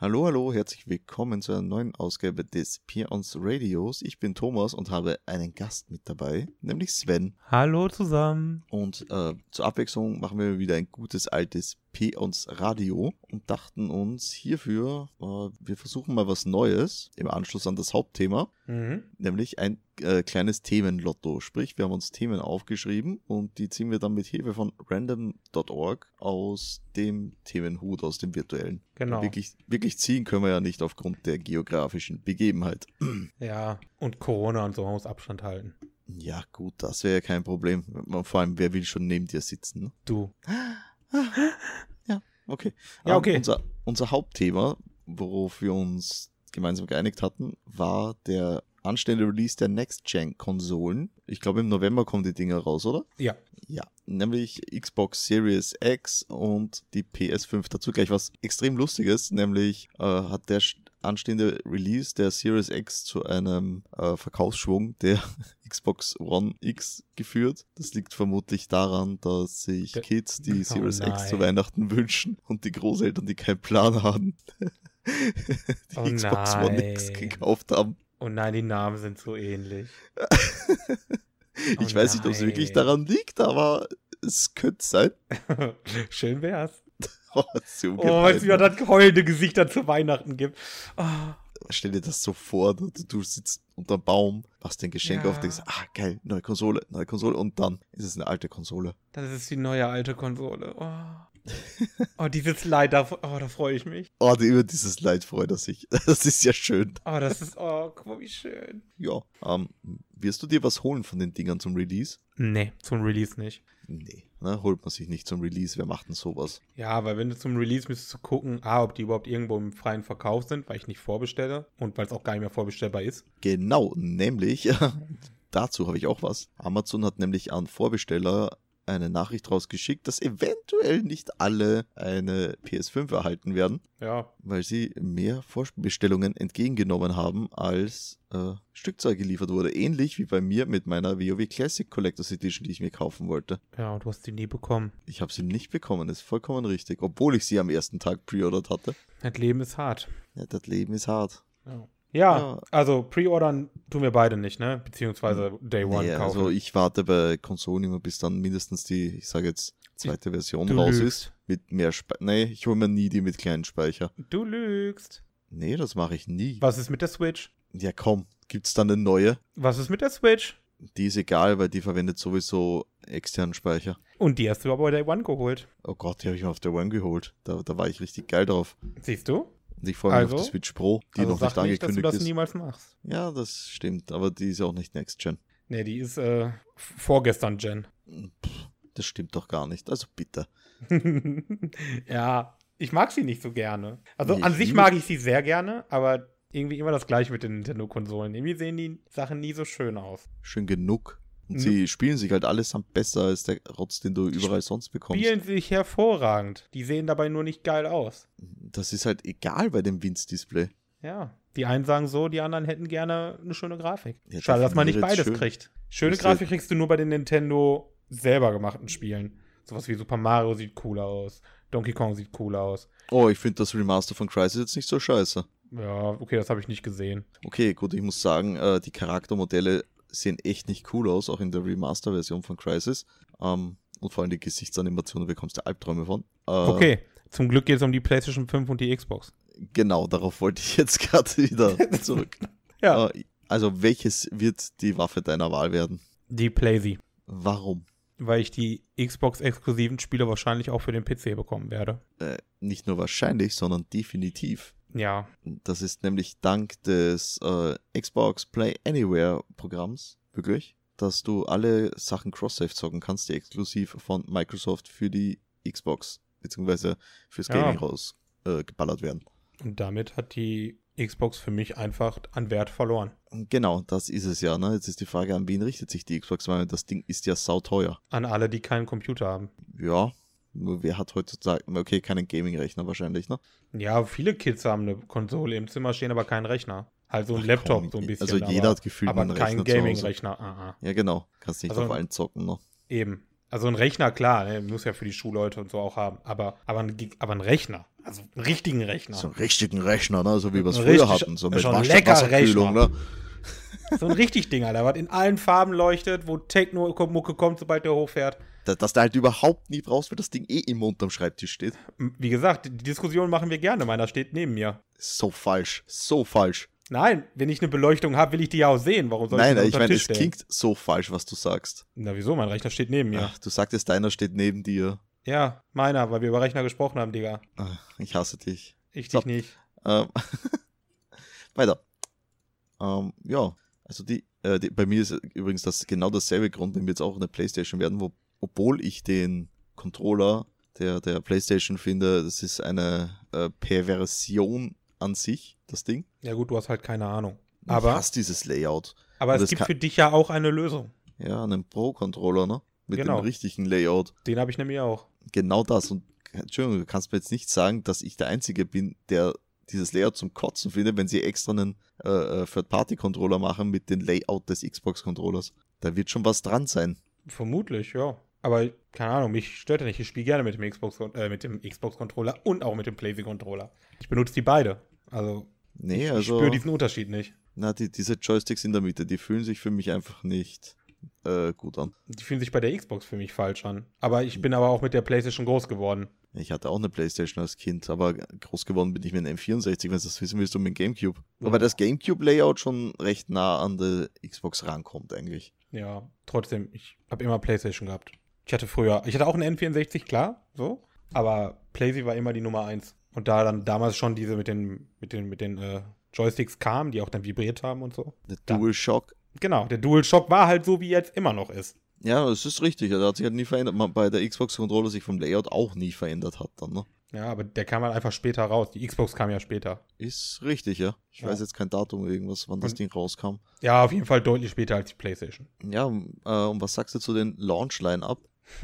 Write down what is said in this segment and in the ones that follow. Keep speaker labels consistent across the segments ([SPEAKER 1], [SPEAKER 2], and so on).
[SPEAKER 1] Hallo, hallo, herzlich willkommen zu einer neuen Ausgabe des Peons Radios. Ich bin Thomas und habe einen Gast mit dabei, nämlich Sven.
[SPEAKER 2] Hallo zusammen.
[SPEAKER 1] Und äh, zur Abwechslung machen wir wieder ein gutes altes Peons Radio und dachten uns hierfür, äh, wir versuchen mal was Neues im Anschluss an das Hauptthema,
[SPEAKER 2] Mhm.
[SPEAKER 1] nämlich ein äh, kleines Themenlotto. Sprich, wir haben uns Themen aufgeschrieben und die ziehen wir dann mit Hilfe von random.org aus dem Themenhut, aus dem virtuellen.
[SPEAKER 2] Genau.
[SPEAKER 1] Wirklich, wirklich ziehen können wir ja nicht aufgrund der geografischen Begebenheit.
[SPEAKER 2] Ja. Und Corona und so, man muss Abstand halten.
[SPEAKER 1] Ja, gut, das wäre ja kein Problem. Vor allem, wer will schon neben dir sitzen? Ne?
[SPEAKER 2] Du.
[SPEAKER 1] Okay.
[SPEAKER 2] Ja,
[SPEAKER 1] Ähm,
[SPEAKER 2] okay.
[SPEAKER 1] Unser, unser Hauptthema, worauf wir uns gemeinsam geeinigt hatten, war der anstehende Release der Next-Gen-Konsolen. Ich glaube, im November kommen die Dinger raus, oder?
[SPEAKER 2] Ja.
[SPEAKER 1] Ja, nämlich Xbox Series X und die PS5. Dazu gleich was extrem Lustiges, nämlich äh, hat der sch- anstehende Release der Series X zu einem äh, Verkaufsschwung der Xbox One X geführt. Das liegt vermutlich daran, dass sich
[SPEAKER 2] Der-
[SPEAKER 1] Kids die
[SPEAKER 2] Oh
[SPEAKER 1] Series X zu
[SPEAKER 2] nein.
[SPEAKER 1] Weihnachten wünschen und die Großeltern, die keinen Plan haben, die
[SPEAKER 2] Oh
[SPEAKER 1] Xbox One X
[SPEAKER 2] nein.
[SPEAKER 1] gekauft haben.
[SPEAKER 2] Oh nein, die Namen sind so ähnlich.
[SPEAKER 1] ich
[SPEAKER 2] Oh
[SPEAKER 1] weiß nicht, ob es wirklich
[SPEAKER 2] nein.
[SPEAKER 1] daran liegt, aber es könnte sein.
[SPEAKER 2] Schön wär's.
[SPEAKER 1] Oh, das ist
[SPEAKER 2] Oh, wenn
[SPEAKER 1] ungemein.
[SPEAKER 2] es wieder das heulende Gesicht dann zu Weihnachten gibt. Ah,
[SPEAKER 1] stell dir das so vor, du, du- du sitzt unterm Baum, machst den Geschenk
[SPEAKER 2] Ja.
[SPEAKER 1] auf, denkst, ah, geil, neue Konsole, neue Konsole und dann ist es eine alte Konsole.
[SPEAKER 2] das ist die neue alte Konsole. Oh, oh dieses Leid, da, oh, da freue ich mich.
[SPEAKER 1] Oh, die, über dieses Leid freut er sich. Das ist ja schön.
[SPEAKER 2] Oh, das ist, oh, guck mal, wie schön.
[SPEAKER 1] Ja, ähm, wirst du dir was holen von den Dingern zum Release?
[SPEAKER 2] Nee, zum Release nicht.
[SPEAKER 1] Nee, ne, holt man sich nicht zum Release, wer macht denn sowas?
[SPEAKER 2] Ja, weil wenn du zum Release müsstest du gucken, ah, ob die überhaupt irgendwo im freien Verkauf sind, weil ich nicht vorbestelle und weil es auch gar nicht mehr vorbestellbar ist.
[SPEAKER 1] Genau, nämlich, dazu habe ich auch was. Amazon hat nämlich an Vorbesteller eine Nachricht rausgeschickt, dass eventuell nicht alle eine PS5 erhalten werden.
[SPEAKER 2] Ja,
[SPEAKER 1] weil sie mehr Vorbestellungen entgegengenommen haben, als äh, Stückzahl geliefert wurde. Ähnlich wie bei mir mit meiner WoW Classic Collectors Edition, die ich mir kaufen wollte.
[SPEAKER 2] ja, und du hast die nie bekommen.
[SPEAKER 1] Ich habe sie nicht bekommen, ist vollkommen richtig, obwohl ich sie am ersten Tag preordert hatte.
[SPEAKER 2] Das Leben ist hart.
[SPEAKER 1] Ja, das Leben ist hart.
[SPEAKER 2] Ja,
[SPEAKER 1] Ja.
[SPEAKER 2] also pre-ordern tun wir beide nicht, ne? Beziehungsweise Day One
[SPEAKER 1] Nee,
[SPEAKER 2] kaufen.
[SPEAKER 1] also ich warte bei Konsolen immer, bis dann mindestens die, ich sage jetzt, zweite Version
[SPEAKER 2] du
[SPEAKER 1] raus
[SPEAKER 2] lügst.
[SPEAKER 1] ist. Mit mehr Speicher. Nee, ich hole mir nie die mit kleinen Speicher.
[SPEAKER 2] du lügst.
[SPEAKER 1] Nee, das mache ich nie.
[SPEAKER 2] Was ist mit der Switch?
[SPEAKER 1] Ja komm, gibt's dann eine neue?
[SPEAKER 2] Was ist mit der Switch?
[SPEAKER 1] Die ist egal, weil die verwendet sowieso externen Speicher.
[SPEAKER 2] Und die hast du aber bei Day One geholt.
[SPEAKER 1] Oh Gott, die habe ich mir auf der One geholt. Da, da war ich richtig geil drauf.
[SPEAKER 2] Siehst du?
[SPEAKER 1] Und ich freue mich auf
[SPEAKER 2] Also?
[SPEAKER 1] die Switch Pro, die
[SPEAKER 2] also
[SPEAKER 1] noch nicht
[SPEAKER 2] dass du
[SPEAKER 1] angekündigt
[SPEAKER 2] das
[SPEAKER 1] ist.
[SPEAKER 2] niemals machst.
[SPEAKER 1] Ja, das stimmt, aber die ist ja auch nicht Next Gen.
[SPEAKER 2] Nee, die ist äh, vorgestern Gen.
[SPEAKER 1] Pff, das stimmt doch gar nicht. Also bitte.
[SPEAKER 2] ja, ich mag sie nicht so gerne. Also
[SPEAKER 1] Nee,
[SPEAKER 2] an
[SPEAKER 1] ich
[SPEAKER 2] sich
[SPEAKER 1] liebe-
[SPEAKER 2] mag ich sie sehr gerne, aber irgendwie immer das gleiche mit den Nintendo-Konsolen. Irgendwie sehen die Sachen nie so schön aus.
[SPEAKER 1] Schön genug. Und
[SPEAKER 2] Mhm.
[SPEAKER 1] sie spielen sich halt allesamt besser als der Rotz, den du überall sonst bekommst.
[SPEAKER 2] Spielen sich hervorragend. Die sehen dabei nur nicht geil aus.
[SPEAKER 1] Das ist halt egal bei dem Winz-Display.
[SPEAKER 2] Ja. Die einen sagen so, die anderen hätten gerne eine schöne Grafik.
[SPEAKER 1] Ja,
[SPEAKER 2] Schade, dass man nicht
[SPEAKER 1] definiert
[SPEAKER 2] beides
[SPEAKER 1] schön.
[SPEAKER 2] kriegt. Schöne
[SPEAKER 1] Müsste-
[SPEAKER 2] Grafik kriegst du nur bei den Nintendo selber gemachten Spielen. Sowas wie Super Mario sieht cooler aus. Donkey Kong sieht cooler aus.
[SPEAKER 1] Oh, ich finde das Remaster von Crysis jetzt nicht so scheiße.
[SPEAKER 2] Ja, okay, das habe ich nicht gesehen.
[SPEAKER 1] Okay, gut, ich muss sagen, äh, die Charaktermodelle sehen echt nicht cool aus, auch in der Remaster-Version von Crysis. Ähm, und vor allem die Gesichtsanimationen da bekommst du Albträume von. Äh,
[SPEAKER 2] Okay, zum Glück geht es um die PlayStation 5 und die Xbox.
[SPEAKER 1] Genau, darauf wollte ich jetzt gerade wieder zurück.
[SPEAKER 2] Ja.
[SPEAKER 1] Äh, also, welches wird die Waffe deiner Wahl werden?
[SPEAKER 2] Die Playsy.
[SPEAKER 1] Warum?
[SPEAKER 2] Weil ich die Xbox-exklusiven Spiele wahrscheinlich auch für den PC bekommen werde.
[SPEAKER 1] Äh, nicht nur wahrscheinlich, sondern definitiv.
[SPEAKER 2] Ja.
[SPEAKER 1] Das ist nämlich dank des äh, Xbox Play Anywhere Programms möglich, dass du alle Sachen cross-save zocken kannst, die exklusiv von Microsoft für die Xbox bzw. fürs
[SPEAKER 2] Ja.
[SPEAKER 1] Gaming rausgeballert äh, geballert werden.
[SPEAKER 2] Und damit hat die Xbox für mich einfach an Wert verloren.
[SPEAKER 1] Und Genau, das ist es ja. Ne? Jetzt ist die Frage, an wen richtet sich die Xbox, weil das Ding ist ja sauteuer.
[SPEAKER 2] An alle, die keinen Computer haben.
[SPEAKER 1] Ja, nur wer hat heutzutage, okay, keinen Gaming-Rechner wahrscheinlich, ne?
[SPEAKER 2] Ja, viele Kids haben eine Konsole im Zimmer stehen, aber keinen Rechner. Halt so ein Laptop,
[SPEAKER 1] Komm,
[SPEAKER 2] so ein bisschen.
[SPEAKER 1] Also jeder
[SPEAKER 2] aber,
[SPEAKER 1] hat gefühlt
[SPEAKER 2] aber
[SPEAKER 1] einen
[SPEAKER 2] kein
[SPEAKER 1] Rechner zu Hause.
[SPEAKER 2] Gaming-Rechner. Ah, ah.
[SPEAKER 1] Ja, genau. Kannst nicht
[SPEAKER 2] Also-
[SPEAKER 1] auf allen zocken, ne?
[SPEAKER 2] Eben. Also ein Rechner, klar, ne, muss ja für die Schulleute und so auch haben. Aber, aber, ein, Gig- aber ein Rechner, also einen richtigen Rechner.
[SPEAKER 1] So einen richtigen Rechner, ne? so wie wir es
[SPEAKER 2] Ein
[SPEAKER 1] früher
[SPEAKER 2] richtig-
[SPEAKER 1] hatten, so mit
[SPEAKER 2] schon
[SPEAKER 1] Wasch
[SPEAKER 2] lecker
[SPEAKER 1] Wasserkühlung.
[SPEAKER 2] Rechner.
[SPEAKER 1] Ne?
[SPEAKER 2] So ein richtig Ding, Alter, was in allen Farben leuchtet, wo Techno-Mucke kommt, sobald der hochfährt.
[SPEAKER 1] Dass, dass du halt überhaupt nie brauchst, weil das Ding eh im unterm Schreibtisch steht.
[SPEAKER 2] M- Wie gesagt, die Diskussion machen wir gerne. Meiner steht neben mir.
[SPEAKER 1] So falsch, so falsch.
[SPEAKER 2] Nein, wenn ich eine Beleuchtung habe, will ich die ja auch sehen. Warum soll
[SPEAKER 1] Nein,
[SPEAKER 2] ich die
[SPEAKER 1] nein, ich
[SPEAKER 2] unter den
[SPEAKER 1] meine,
[SPEAKER 2] Tisch
[SPEAKER 1] es
[SPEAKER 2] stellen?
[SPEAKER 1] klingt so falsch, was du sagst.
[SPEAKER 2] Na wieso, mein Rechner steht neben mir.
[SPEAKER 1] Ach, du sagtest, deiner steht neben dir.
[SPEAKER 2] Ja, meiner, weil wir über Rechner gesprochen haben, Digga.
[SPEAKER 1] Ach, ich hasse dich.
[SPEAKER 2] Ich
[SPEAKER 1] So.
[SPEAKER 2] dich nicht.
[SPEAKER 1] Ähm, weiter. Ähm, ja, also die, äh, die, bei mir ist übrigens das genau dasselbe Grund, wenn wir jetzt auch eine Playstation werden, wo, obwohl ich den Controller der, der Playstation finde, das ist eine äh, Perversion an sich, das Ding.
[SPEAKER 2] Ja gut, du hast halt keine Ahnung.
[SPEAKER 1] Ich
[SPEAKER 2] Aber,
[SPEAKER 1] hasse dieses Layout.
[SPEAKER 2] aber es
[SPEAKER 1] das
[SPEAKER 2] gibt
[SPEAKER 1] Also kann-
[SPEAKER 2] für dich ja auch eine Lösung.
[SPEAKER 1] Ja, einen Pro-Controller, ne? Mit
[SPEAKER 2] Genau.
[SPEAKER 1] dem richtigen Layout.
[SPEAKER 2] Den habe ich nämlich auch.
[SPEAKER 1] Genau das. Und Entschuldigung, du kannst mir jetzt nicht sagen, dass ich der Einzige bin, der dieses Layout zum Kotzen findet, wenn sie extra einen äh, äh, Third-Party-Controller machen mit dem Layout des Xbox-Controllers. Da wird schon was dran sein.
[SPEAKER 2] Vermutlich, ja. Aber keine Ahnung, mich stört er nicht. Ich spiele gerne mit dem Xbox äh, mit dem Xbox Controller und auch mit dem PlayStation Controller. Ich benutze die beide. Also,
[SPEAKER 1] Nee,
[SPEAKER 2] ich
[SPEAKER 1] also
[SPEAKER 2] spüre diesen Unterschied nicht.
[SPEAKER 1] na, die, diese Joysticks in der Mitte, die fühlen sich für mich einfach nicht äh, gut an.
[SPEAKER 2] Die fühlen sich bei der Xbox für mich falsch an. Aber
[SPEAKER 1] Hm.
[SPEAKER 2] ich bin aber auch mit der PlayStation groß geworden.
[SPEAKER 1] Ich hatte auch eine Playstation als Kind, aber groß geworden bin ich mit einem M64, wenn du das wissen willst, um den Gamecube. Wobei das Gamecube-Layout schon recht nah an der Xbox rankommt eigentlich.
[SPEAKER 2] Ja, trotzdem, ich habe immer PlayStation gehabt. Ich hatte früher, ich hatte auch einen N64, klar, so. Aber PlayStation war immer die Nummer eins. Und da dann damals schon diese mit den, mit den, mit den äh, Joysticks kamen, die auch dann vibriert haben und so.
[SPEAKER 1] Der
[SPEAKER 2] Ja.
[SPEAKER 1] DualShock
[SPEAKER 2] Genau, der DualShock war halt so, wie er jetzt immer noch ist.
[SPEAKER 1] Ja, das ist richtig. Also hat sich halt nie verändert. Man, bei der Xbox-Controller sich vom Layout auch nie verändert hat dann, ne?
[SPEAKER 2] Ja, aber der kam halt einfach später raus. Die Xbox kam ja später.
[SPEAKER 1] Ist richtig, ja. Ich
[SPEAKER 2] Ja.
[SPEAKER 1] weiß jetzt kein Datum irgendwas, wann das
[SPEAKER 2] Und-
[SPEAKER 1] Ding rauskam.
[SPEAKER 2] Ja, auf jeden Fall deutlich später als die PlayStation.
[SPEAKER 1] Ja, um, äh, und was sagst du zu den Launch-Line-Up?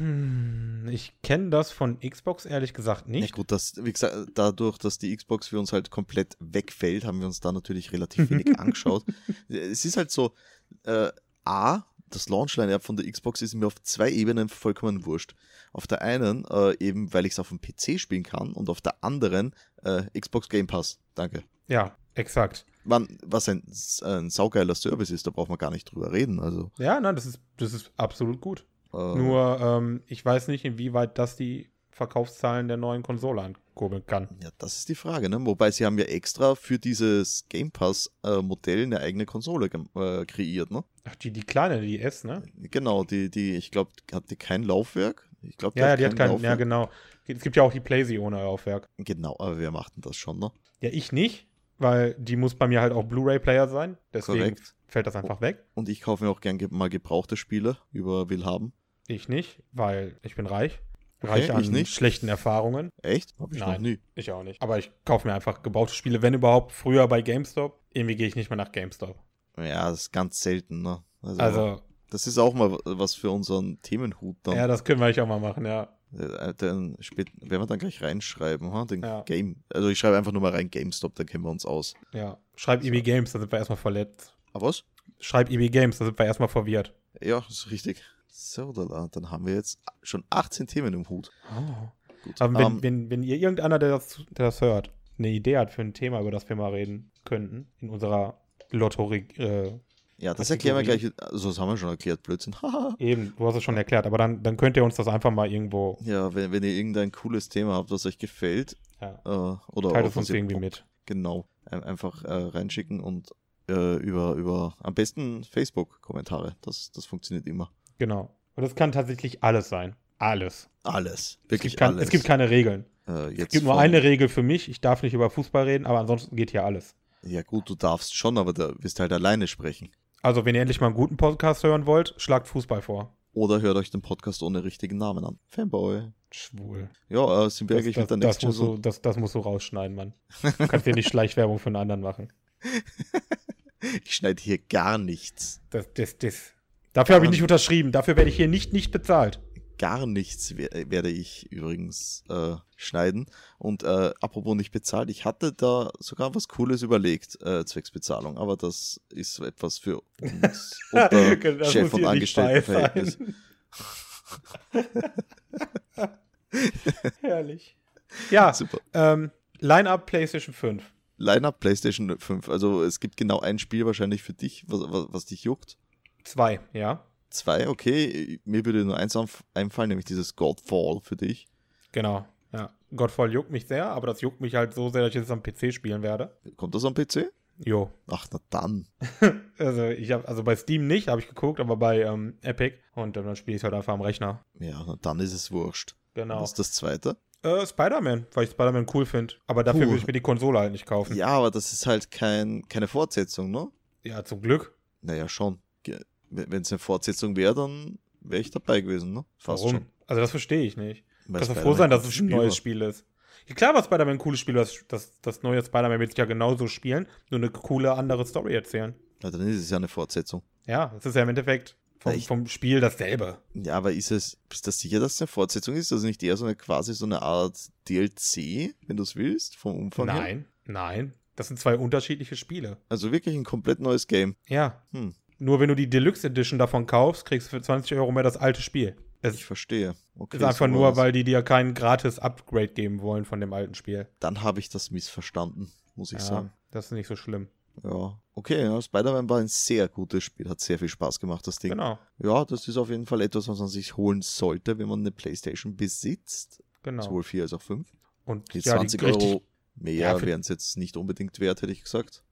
[SPEAKER 2] Hm, ich kenne das von Xbox ehrlich gesagt
[SPEAKER 1] Ja
[SPEAKER 2] nicht.
[SPEAKER 1] gut, das, wie gesagt, dadurch, dass die Xbox für uns halt komplett wegfällt, haben wir uns da natürlich relativ wenig angeschaut. Es ist halt so, äh, A, das Launch-Line-Up von der Xbox ist mir auf zwei Ebenen vollkommen wurscht. Auf der einen, äh, eben, weil ich es auf dem PC spielen kann und auf der anderen, äh, Xbox Game Pass. Danke.
[SPEAKER 2] Ja, exakt.
[SPEAKER 1] man, was ein, ein saugeiler Service ist, da braucht man gar nicht drüber reden. Also,
[SPEAKER 2] Ja, nein, das ist, das ist absolut gut.
[SPEAKER 1] äh,
[SPEAKER 2] Nur, ähm, ich weiß nicht, inwieweit das die Verkaufszahlen der neuen Konsole ankurbeln kann.
[SPEAKER 1] Ja, das ist die Frage, ne? Wobei sie haben ja extra für dieses Game Pass-Modell eine eigene Konsole gem- äh, kreiert, ne?
[SPEAKER 2] Ach, die, die kleine, die S, ne?
[SPEAKER 1] Genau, die, die, ich glaube, hat die kein Laufwerk? Ich glaube,
[SPEAKER 2] Ja, ja, die hat keinen. Ja, genau. Es gibt ja auch die PlayStation ohne Laufwerk.
[SPEAKER 1] Genau, aber wir machten das schon, ne?
[SPEAKER 2] Ja, ich nicht, weil die muss bei mir halt auch Blu-ray-Player sein. Deswegen
[SPEAKER 1] Korrekt.
[SPEAKER 2] fällt das einfach weg.
[SPEAKER 1] Und ich kaufe mir auch gern ge mal gebrauchte Spiele über Willhaben.
[SPEAKER 2] Ich nicht, weil ich bin reich. Reich an
[SPEAKER 1] ich nicht.
[SPEAKER 2] schlechten Erfahrungen.
[SPEAKER 1] Echt? Hab ich noch
[SPEAKER 2] Nein.
[SPEAKER 1] nie.
[SPEAKER 2] Ich auch nicht. Aber ich kaufe mir einfach gebaute Spiele, wenn überhaupt. Früher bei GameStop. Irgendwie gehe ich nicht mehr nach GameStop.
[SPEAKER 1] Ja, das ist ganz selten, ne? Also,
[SPEAKER 2] Also,
[SPEAKER 1] das ist auch mal was für unseren Themenhut dann.
[SPEAKER 2] ja, das können wir eigentlich auch mal machen, ja.
[SPEAKER 1] Äh, Dann spät, werden wir dann gleich reinschreiben, ha? den
[SPEAKER 2] Ja.
[SPEAKER 1] Game. Also ich schreibe einfach nur mal rein GameStop, dann kennen wir uns aus.
[SPEAKER 2] ja. Schreib EB Games, da sind wir erstmal verletzt.
[SPEAKER 1] Aber was?
[SPEAKER 2] Schreib EB E Games, da sind wir erstmal verwirrt.
[SPEAKER 1] Ja, ist richtig. So, da, da, dann haben wir jetzt schon 18 Themen im Hut. Gut.
[SPEAKER 2] Aber wenn,
[SPEAKER 1] Ähm,
[SPEAKER 2] wenn, wenn ihr irgendeiner, der das, der das hört, eine Idee hat für ein Thema, über das wir mal reden könnten, in unserer Lotterie, äh,
[SPEAKER 1] ja, das erklären wir
[SPEAKER 2] Kategorie-
[SPEAKER 1] gleich. Also das haben wir schon erklärt, Blödsinn. Haha.
[SPEAKER 2] eben, du hast es schon erklärt, aber dann, dann könnt ihr uns das einfach mal irgendwo,
[SPEAKER 1] ja, wenn, wenn ihr irgendein cooles Thema habt, was euch gefällt,
[SPEAKER 2] ja,
[SPEAKER 1] äh, oder
[SPEAKER 2] teilt
[SPEAKER 1] auch
[SPEAKER 2] es
[SPEAKER 1] was
[SPEAKER 2] uns
[SPEAKER 1] ihr-
[SPEAKER 2] irgendwie mit.
[SPEAKER 1] Genau, ein- einfach äh, reinschicken und äh, über, über am besten Facebook-Kommentare. Das, das funktioniert immer.
[SPEAKER 2] Genau. Und das kann tatsächlich alles sein. Alles.
[SPEAKER 1] Alles.
[SPEAKER 2] Es
[SPEAKER 1] Wirklich
[SPEAKER 2] gibt, kein,
[SPEAKER 1] alles.
[SPEAKER 2] es gibt keine Regeln.
[SPEAKER 1] äh, jetzt
[SPEAKER 2] Es gibt nur
[SPEAKER 1] von-
[SPEAKER 2] eine Regel für mich. Ich darf nicht über Fußball reden, aber ansonsten geht hier alles.
[SPEAKER 1] Ja, gut, du darfst schon, aber da wirst halt alleine sprechen.
[SPEAKER 2] Also, wenn ihr endlich mal einen guten Podcast hören wollt, schlagt Fußball vor.
[SPEAKER 1] Oder hört euch den Podcast ohne richtigen Namen an. Fanboy.
[SPEAKER 2] Schwul.
[SPEAKER 1] Ja, äh, sind wir
[SPEAKER 2] Das,
[SPEAKER 1] eigentlich
[SPEAKER 2] das,
[SPEAKER 1] mit der
[SPEAKER 2] das,
[SPEAKER 1] Next Gen
[SPEAKER 2] musst du,
[SPEAKER 1] so?
[SPEAKER 2] das, das musst du rausschneiden, Mann. Du kannst dir nicht Schleichwerbung von anderen machen.
[SPEAKER 1] Ich schneide hier gar nichts.
[SPEAKER 2] Das, das, das. Dafür habe ich nicht unterschrieben. Dafür werde ich hier nicht, nicht bezahlt.
[SPEAKER 1] Gar nichts wer- äh, werde ich übrigens äh, schneiden. Und äh, apropos nicht bezahlt, ich hatte da sogar was Cooles überlegt, äh, zwecks Bezahlung. Aber das ist etwas für uns unter
[SPEAKER 2] Das muss
[SPEAKER 1] Chef- und
[SPEAKER 2] hier nicht bei
[SPEAKER 1] Angestelltenverhältnis.
[SPEAKER 2] sein. Herrlich. Ja,
[SPEAKER 1] Super.
[SPEAKER 2] ähm, Line-Up PlayStation 5.
[SPEAKER 1] Line-up PlayStation 5. Also es gibt genau ein Spiel wahrscheinlich für dich, was, was, was dich juckt.
[SPEAKER 2] Zwei, ja.
[SPEAKER 1] Zwei, okay. Mir würde nur eins auf- einfallen, nämlich dieses Godfall für dich.
[SPEAKER 2] Genau. Ja. Godfall juckt mich sehr, aber das juckt mich halt so sehr, dass ich es am PC spielen werde.
[SPEAKER 1] Kommt das am PC?
[SPEAKER 2] Jo.
[SPEAKER 1] Ach, na dann.
[SPEAKER 2] Also ich habe also bei Steam nicht, habe ich geguckt, aber bei ähm, Epic und ähm, dann spiele ich halt einfach am Rechner.
[SPEAKER 1] Ja, na dann ist es wurscht.
[SPEAKER 2] Genau.
[SPEAKER 1] Was ist das zweite?
[SPEAKER 2] Äh, Spider-Man, weil ich Spider-Man cool finde. Aber dafür
[SPEAKER 1] Puh.
[SPEAKER 2] würde ich mir die Konsole halt nicht kaufen. Ja,
[SPEAKER 1] Ja, aber das ist halt kein, keine Fortsetzung, ne?
[SPEAKER 2] zum Glück.
[SPEAKER 1] Naja, schon. Wenn es eine Fortsetzung wäre, dann wäre ich dabei gewesen, ne? Fast
[SPEAKER 2] Warum?
[SPEAKER 1] schon.
[SPEAKER 2] Also das verstehe ich nicht.
[SPEAKER 1] Weil
[SPEAKER 2] Kannst du froh
[SPEAKER 1] Spider-Man
[SPEAKER 2] sein, dass
[SPEAKER 1] gutes
[SPEAKER 2] es ein neues
[SPEAKER 1] war.
[SPEAKER 2] Spiel ist. Ja, klar war Spider-Man ein cooles Spiel, das, das, das neue Spider-Man wird sich ja genauso spielen, nur eine coole andere Story erzählen.
[SPEAKER 1] Na, dann ist es ja eine Fortsetzung.
[SPEAKER 2] Ja, es ist ja im Endeffekt vom,
[SPEAKER 1] Ich-
[SPEAKER 2] vom Spiel dasselbe.
[SPEAKER 1] Ja, aber ist es, bist du sicher, dass es eine Fortsetzung ist? Also nicht eher so eine quasi so eine Art DLC, wenn du es willst, vom Umfang her?
[SPEAKER 2] nein, nein. Das sind zwei unterschiedliche Spiele.
[SPEAKER 1] Also wirklich ein komplett neues Game.
[SPEAKER 2] Ja.
[SPEAKER 1] Hm.
[SPEAKER 2] Nur wenn du die Deluxe Edition davon kaufst, kriegst du für 20 Euro mehr das alte Spiel. Das
[SPEAKER 1] Ich verstehe. Okay,
[SPEAKER 2] ist einfach
[SPEAKER 1] so
[SPEAKER 2] nur,
[SPEAKER 1] war's.
[SPEAKER 2] weil die dir keinen gratis Upgrade geben wollen von dem alten Spiel.
[SPEAKER 1] Dann habe ich das missverstanden, muss ich
[SPEAKER 2] ja,
[SPEAKER 1] sagen.
[SPEAKER 2] Das ist nicht so schlimm.
[SPEAKER 1] Ja. Okay, ja, Spider-Man war ein sehr gutes Spiel, hat sehr viel Spaß gemacht, das Ding.
[SPEAKER 2] Genau,
[SPEAKER 1] Ja, das ist auf jeden Fall etwas, was man sich holen sollte, wenn man eine Playstation besitzt.
[SPEAKER 2] genau.
[SPEAKER 1] Sowohl 4 als auch 5.
[SPEAKER 2] Und
[SPEAKER 1] Die
[SPEAKER 2] ja,
[SPEAKER 1] 20
[SPEAKER 2] die richtig,
[SPEAKER 1] Euro mehr
[SPEAKER 2] Ja, für-
[SPEAKER 1] wären es jetzt nicht unbedingt wert, hätte ich gesagt.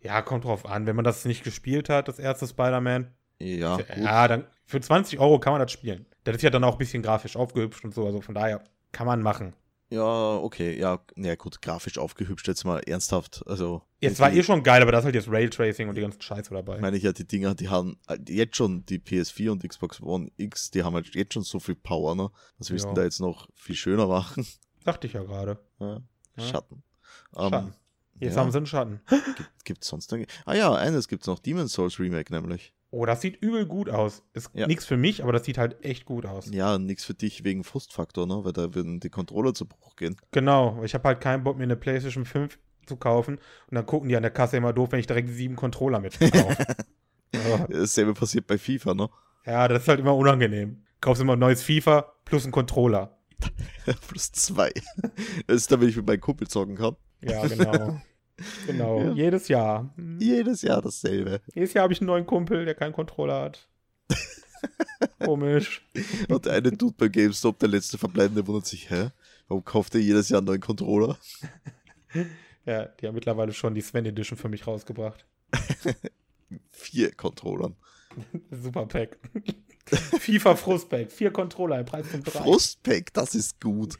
[SPEAKER 2] ja, kommt drauf an. Wenn man das nicht gespielt hat, das erste Spider-Man,
[SPEAKER 1] Ja, Ah, gut.
[SPEAKER 2] ja, dann für 20 Euro kann man das spielen. Das ist ja dann auch ein bisschen grafisch aufgehübscht und so, also von daher kann man machen.
[SPEAKER 1] Ja, okay, ja, na gut, grafisch aufgehübscht jetzt mal ernsthaft. Also,
[SPEAKER 2] Jetzt war
[SPEAKER 1] die,
[SPEAKER 2] eh schon geil, aber da ist halt jetzt Raytracing und die ganzen Scheiße dabei.
[SPEAKER 1] meine ich ja, die Dinger, die haben halt jetzt schon die PS4 und Xbox One X, die haben halt jetzt schon so viel Power, ne? Was willst du
[SPEAKER 2] Ja.
[SPEAKER 1] denn da jetzt noch viel schöner machen?
[SPEAKER 2] Dachte ich ja gerade.
[SPEAKER 1] Ja.
[SPEAKER 2] Ja.
[SPEAKER 1] Schatten. Ähm,
[SPEAKER 2] Schatten. Jetzt
[SPEAKER 1] ja.
[SPEAKER 2] haben sie einen Schatten.
[SPEAKER 1] Gibt's sonst noch? Ah ja, eines gibt's noch, Demon's Souls Remake nämlich.
[SPEAKER 2] Oh, das sieht übel gut aus. Ist
[SPEAKER 1] Ja.
[SPEAKER 2] nichts für mich, aber das sieht halt echt gut aus.
[SPEAKER 1] Ja, nix für dich wegen Frustfaktor, ne? Weil da würden die Controller zu Bruch gehen.
[SPEAKER 2] Genau, ich habe halt keinen Bock, mir eine PlayStation 5 zu kaufen. Und dann gucken die an der Kasse immer doof, wenn ich direkt sieben Controller mitkaufe. ja.
[SPEAKER 1] Dasselbe passiert bei FIFA, ne?
[SPEAKER 2] ja, das ist halt immer unangenehm. Kaufst immer ein neues FIFA plus einen Controller.
[SPEAKER 1] Plus zwei. Das ist, damit ich mit meinem Kumpel zocken kann.
[SPEAKER 2] Ja, genau. genau,
[SPEAKER 1] Ja.
[SPEAKER 2] jedes Jahr. Hm.
[SPEAKER 1] Jedes Jahr dasselbe.
[SPEAKER 2] Jedes Jahr habe ich einen neuen Kumpel, der keinen Controller hat. Komisch.
[SPEAKER 1] Und der eine tut bei GameStop, der letzte verbleibende wundert sich, hä? Warum kauft er jedes Jahr einen neuen Controller?
[SPEAKER 2] Ja, die haben mittlerweile schon die Sven Edition für mich rausgebracht.
[SPEAKER 1] Vier Controllern.
[SPEAKER 2] Super Pack. FIFA Frustpack. Vier Controller im Preis von drei.
[SPEAKER 1] Frustpack, das ist gut.